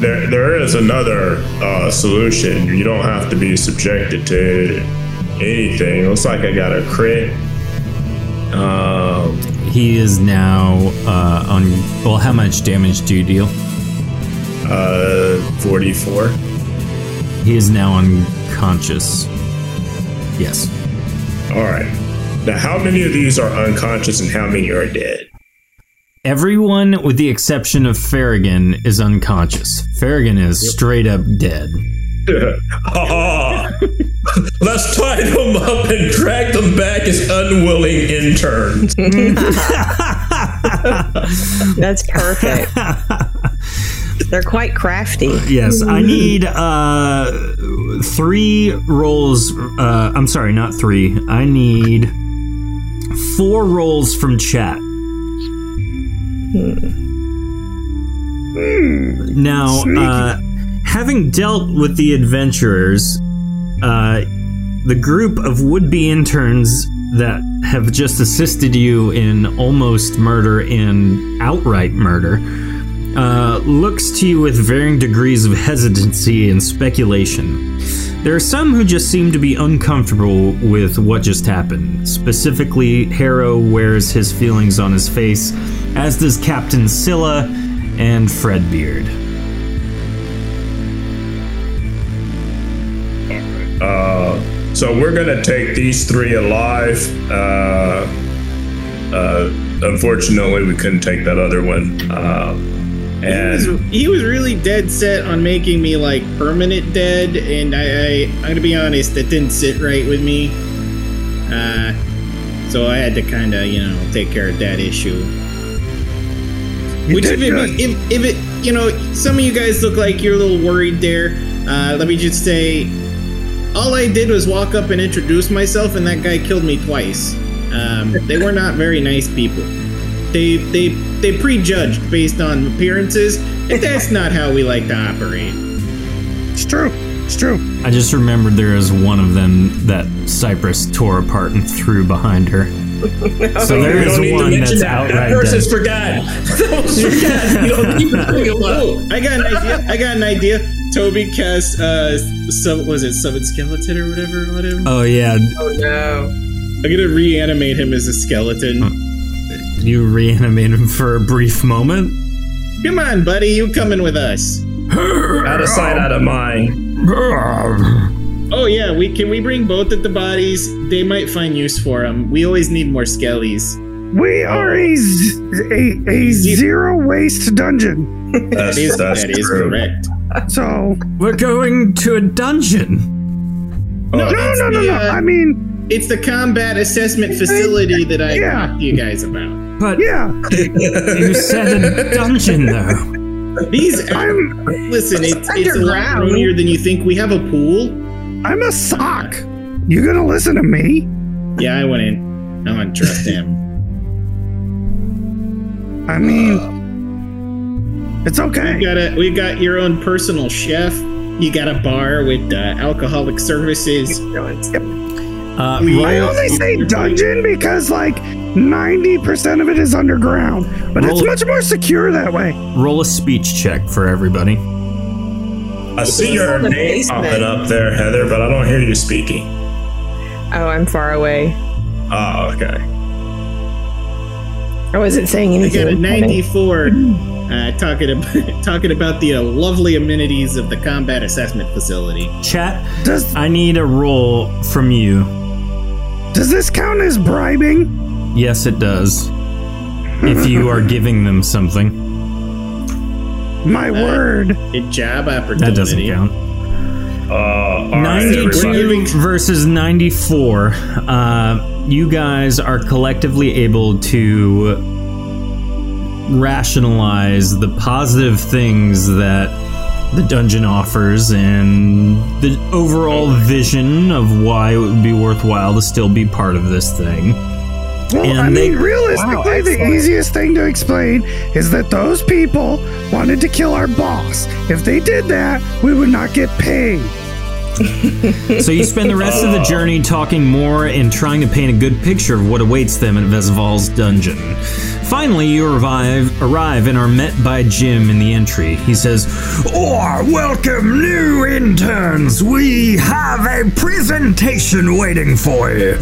S10: there. There is another uh, solution. You don't have to be subjected to anything. Looks like I got a crit. Um,
S2: He is now uh, on. Well, how much damage do you deal?
S10: Uh, forty-four.
S2: He is now unconscious. Yes.
S10: All right. Now, how many of these are unconscious, and how many are dead?
S2: Everyone, with the exception of Farragon, is unconscious. Farragon is straight up dead.
S6: Ah. Let's tie them up and drag them back as unwilling interns.
S13: That's perfect. They're quite crafty.
S2: Yes, I need uh three rolls. Uh, I'm sorry, not three. I need four rolls from chat. Now, uh, having dealt with the adventurers, uh, the group of would-be interns that have just assisted you in almost murder and outright murder uh, looks to you with varying degrees of hesitancy and speculation. There are some who just seem to be uncomfortable with what just happened. Specifically, Harrow wears his feelings on his face, as does Captain Scylla and Fredbeard.
S10: Uh, so we're gonna take these three alive. Uh, uh, unfortunately, we couldn't take that other one. Uh,
S4: He
S10: and
S4: was- he was really dead set on making me like permanent dead, and I, I I'm gonna be honest, that didn't sit right with me. Uh, so I had to kind of you know take care of that issue.
S5: You
S4: Which if
S5: did
S4: it,
S5: good.
S4: be- if, if it you know some of you guys look like you're a little worried there. Uh, let me just say, all I did was walk up and introduce myself, and that guy killed me twice. Um, they were not very nice people. They they they prejudged based on appearances, and that's not how we like to operate.
S5: It's true. It's true.
S2: I just remembered there is one of them that Cypress tore apart and threw behind her. so there
S6: We don't need
S2: is
S6: to
S2: one
S6: mention
S2: that's
S6: that.
S2: outright
S6: That person's
S2: dead.
S6: forgotten. That was forgotten. You don't need to bring it up.
S4: Oh, I got an idea. I got an idea. Toby cast uh, sub was it summon skeleton or whatever, whatever.
S2: Oh yeah,
S4: Oh no! I'm gonna reanimate him as a skeleton.
S2: you reanimate him for a brief moment.
S4: Come on, buddy, you coming with us?
S10: out of sight, out of mind.
S4: Oh yeah, we can we bring both of the bodies. They might find use for them. We always need more skellies.
S5: We are a, z- a, a zero waste dungeon.
S10: That's,
S4: that is,
S10: that's
S4: that is
S10: true.
S4: correct.
S5: So
S2: We're going to a dungeon.
S5: no,
S4: it's
S5: no, no,
S4: the,
S5: no.
S4: uh,
S5: I mean,
S4: it's the combat assessment facility that I talked to you guys about.
S2: But
S5: yeah,
S2: you said a dungeon though.
S4: These
S5: I'm
S4: listen, it's, it's a lot
S5: Underground.
S4: roomier than you think. We have a pool.
S5: I'm a sock. You gonna listen to me?
S4: Yeah, I went in. I don't trust him.
S5: I mean, it's okay.
S4: We've got a, we've got your own personal chef. You got a bar with uh, alcoholic services.
S2: Uh,
S4: We-
S5: I only say dungeon because like 90% of it is underground, but it's
S2: Roll-
S5: much more secure that way.
S2: Roll a speech check for everybody.
S10: I see your
S13: in the
S10: name
S13: basement.
S10: popping up there, Heather, but I don't hear you speaking.
S13: Oh, I'm far away.
S10: Oh, okay.
S13: I wasn't saying
S4: We got
S13: anything.
S4: a
S13: funny.
S4: 94 uh, talking about talking about the uh, lovely amenities of the combat assessment facility.
S2: Chat,
S5: Does
S2: I need a roll from you.
S5: does this count as bribing?
S2: Yes, it does. If you are giving them something,
S5: My
S2: Uh,
S5: word.
S4: A job opportunity.
S2: that doesn't count.
S10: Uh, all right, everybody.
S2: 92 versus 94. Uh, you guys are collectively able to rationalize the positive things that the dungeon offers and the overall vision of why it would be worthwhile to still be part of this thing.
S5: Well,
S2: And
S5: I mean,
S2: they-
S5: realistically,
S2: Wow,
S5: the easiest thing to explain is that those people wanted to kill our boss. If they did that, we would not get paid.
S2: so you spend the rest of the journey talking more and trying to paint a good picture of what awaits them at Vesval's dungeon. Finally, you arrive, arrive and are met by Jim in the entry. He says, "Oh,
S16: Or welcome new interns. We have a presentation waiting for you.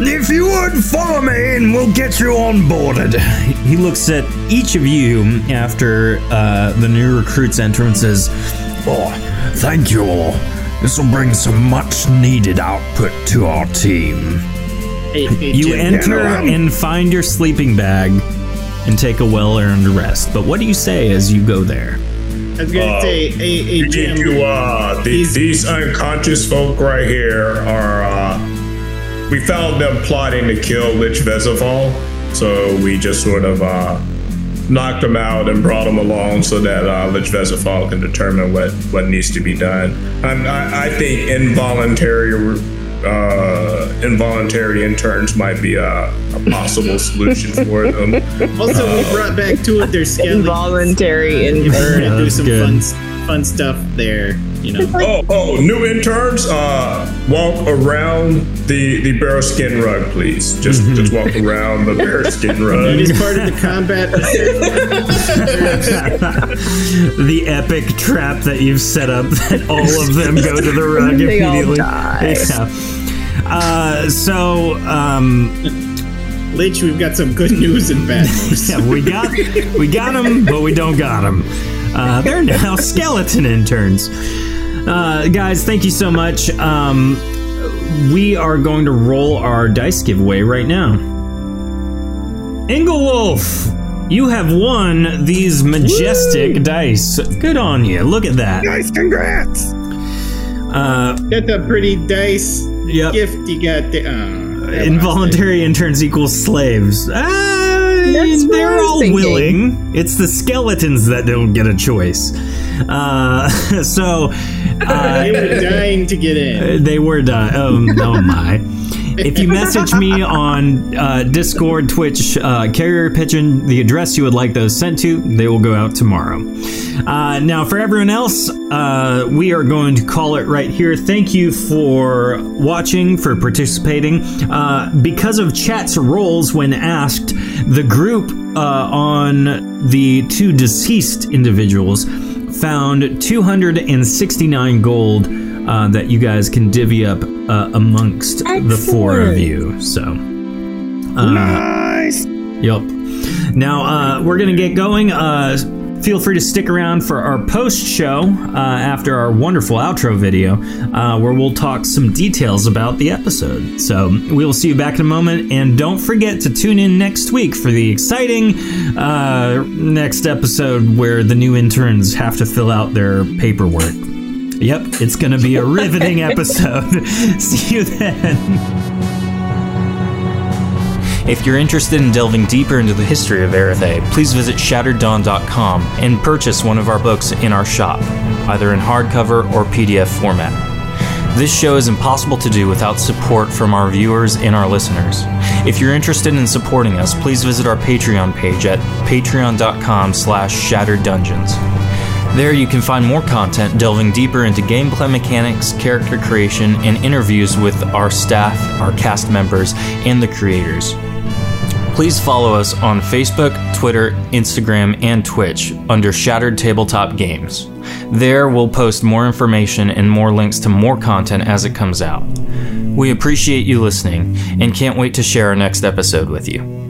S16: If you would follow me and we'll get you onboarded.
S2: He looks at each of you after uh, the new recruits enter and says,
S11: Oh, thank you all. This will bring some much needed output to our team.
S4: Hey, hey,
S2: You
S4: Jim.
S2: enter
S11: Yeah.
S2: and find your sleeping bag and take a well earned rest. But what do you say as you go there?
S4: I was gonna
S10: Uh,
S4: say, hey, hey,
S10: You
S4: Jim.
S10: need to, uh, the, these unconscious folk right here are, uh, we found them plotting to kill Lich Vezival, so we just sort of uh, knocked them out and brought them along so that uh, Lich Vezival can determine what, what needs to be done. And I, I think involuntary uh, involuntary interns might be a, a possible solution for them.
S4: Also, we
S10: Uh,
S4: brought back two of their skellies.
S13: Involuntary
S4: If we're
S13: inversion.
S4: gonna do some fun, fun stuff there. You know.
S10: Oh, oh, new interns, uh, walk around the the bear skin rug, please. Just just walk around the bear skin rug.
S4: It is part of the combat.
S2: the epic trap that you've set up that all of them go to the rug
S4: They all
S2: immediately.
S4: die.
S2: Yeah. Uh, so, um,
S4: Lich, we've got some good news and bad news.
S2: yeah, we got we got them, but we don't got them. Uh, they're now skeleton interns. Uh, guys, thank you so much. Um, we are going to roll our dice giveaway right now. Inglewolf, you have won these majestic dice. Good on you. Look at that.
S5: Guys, congrats!
S2: Uh,
S4: That's a pretty dice
S2: Yep.
S4: gift you got there. Oh,
S2: involuntary interns equals slaves. Ah, they're all willing. It's the skeletons that don't get a choice. Uh, so uh,
S4: they were dying to get in.
S2: uh, They were done. Oh, oh my. If you message me on uh, Discord, Twitch, uh, Carrier Pigeon, the address you would like those sent to, they will go out tomorrow. Uh, now, for everyone else, uh, we are going to call it right here. Thank you for watching, for participating. Uh, because of chat's roles when asked, the group uh, on the two deceased individuals found 269 gold uh, that you guys can divvy up uh, amongst the four of
S5: Excellent.
S2: you. So, uh,
S5: nice.
S2: Yep. Now uh, we're gonna get going. Uh, feel free to stick around for our post show uh, after our wonderful outro video, uh, where we'll talk some details about the episode. So we will see you back in a moment, and don't forget to tune in next week for the exciting uh, next episode where the new interns have to fill out their paperwork. Yep, it's gonna be a riveting episode. see you then. If you're interested in delving deeper into the history of Erethe, please visit shattereddawn.com and purchase one of our books in our shop, either in hardcover or PDF format. This show is impossible to do without support from our viewers and our listeners. If you're interested in supporting us, please visit our Patreon page at patreon.com slash shattereddungeons. There you can find more content delving deeper into gameplay mechanics, character creation, and interviews with our staff, our cast members, and the creators. Please follow us on Facebook, Twitter, Instagram, and Twitch under Shattered Tabletop Games. There we'll post more information and more links to more content as it comes out. We appreciate you listening and can't wait to share our next episode with you.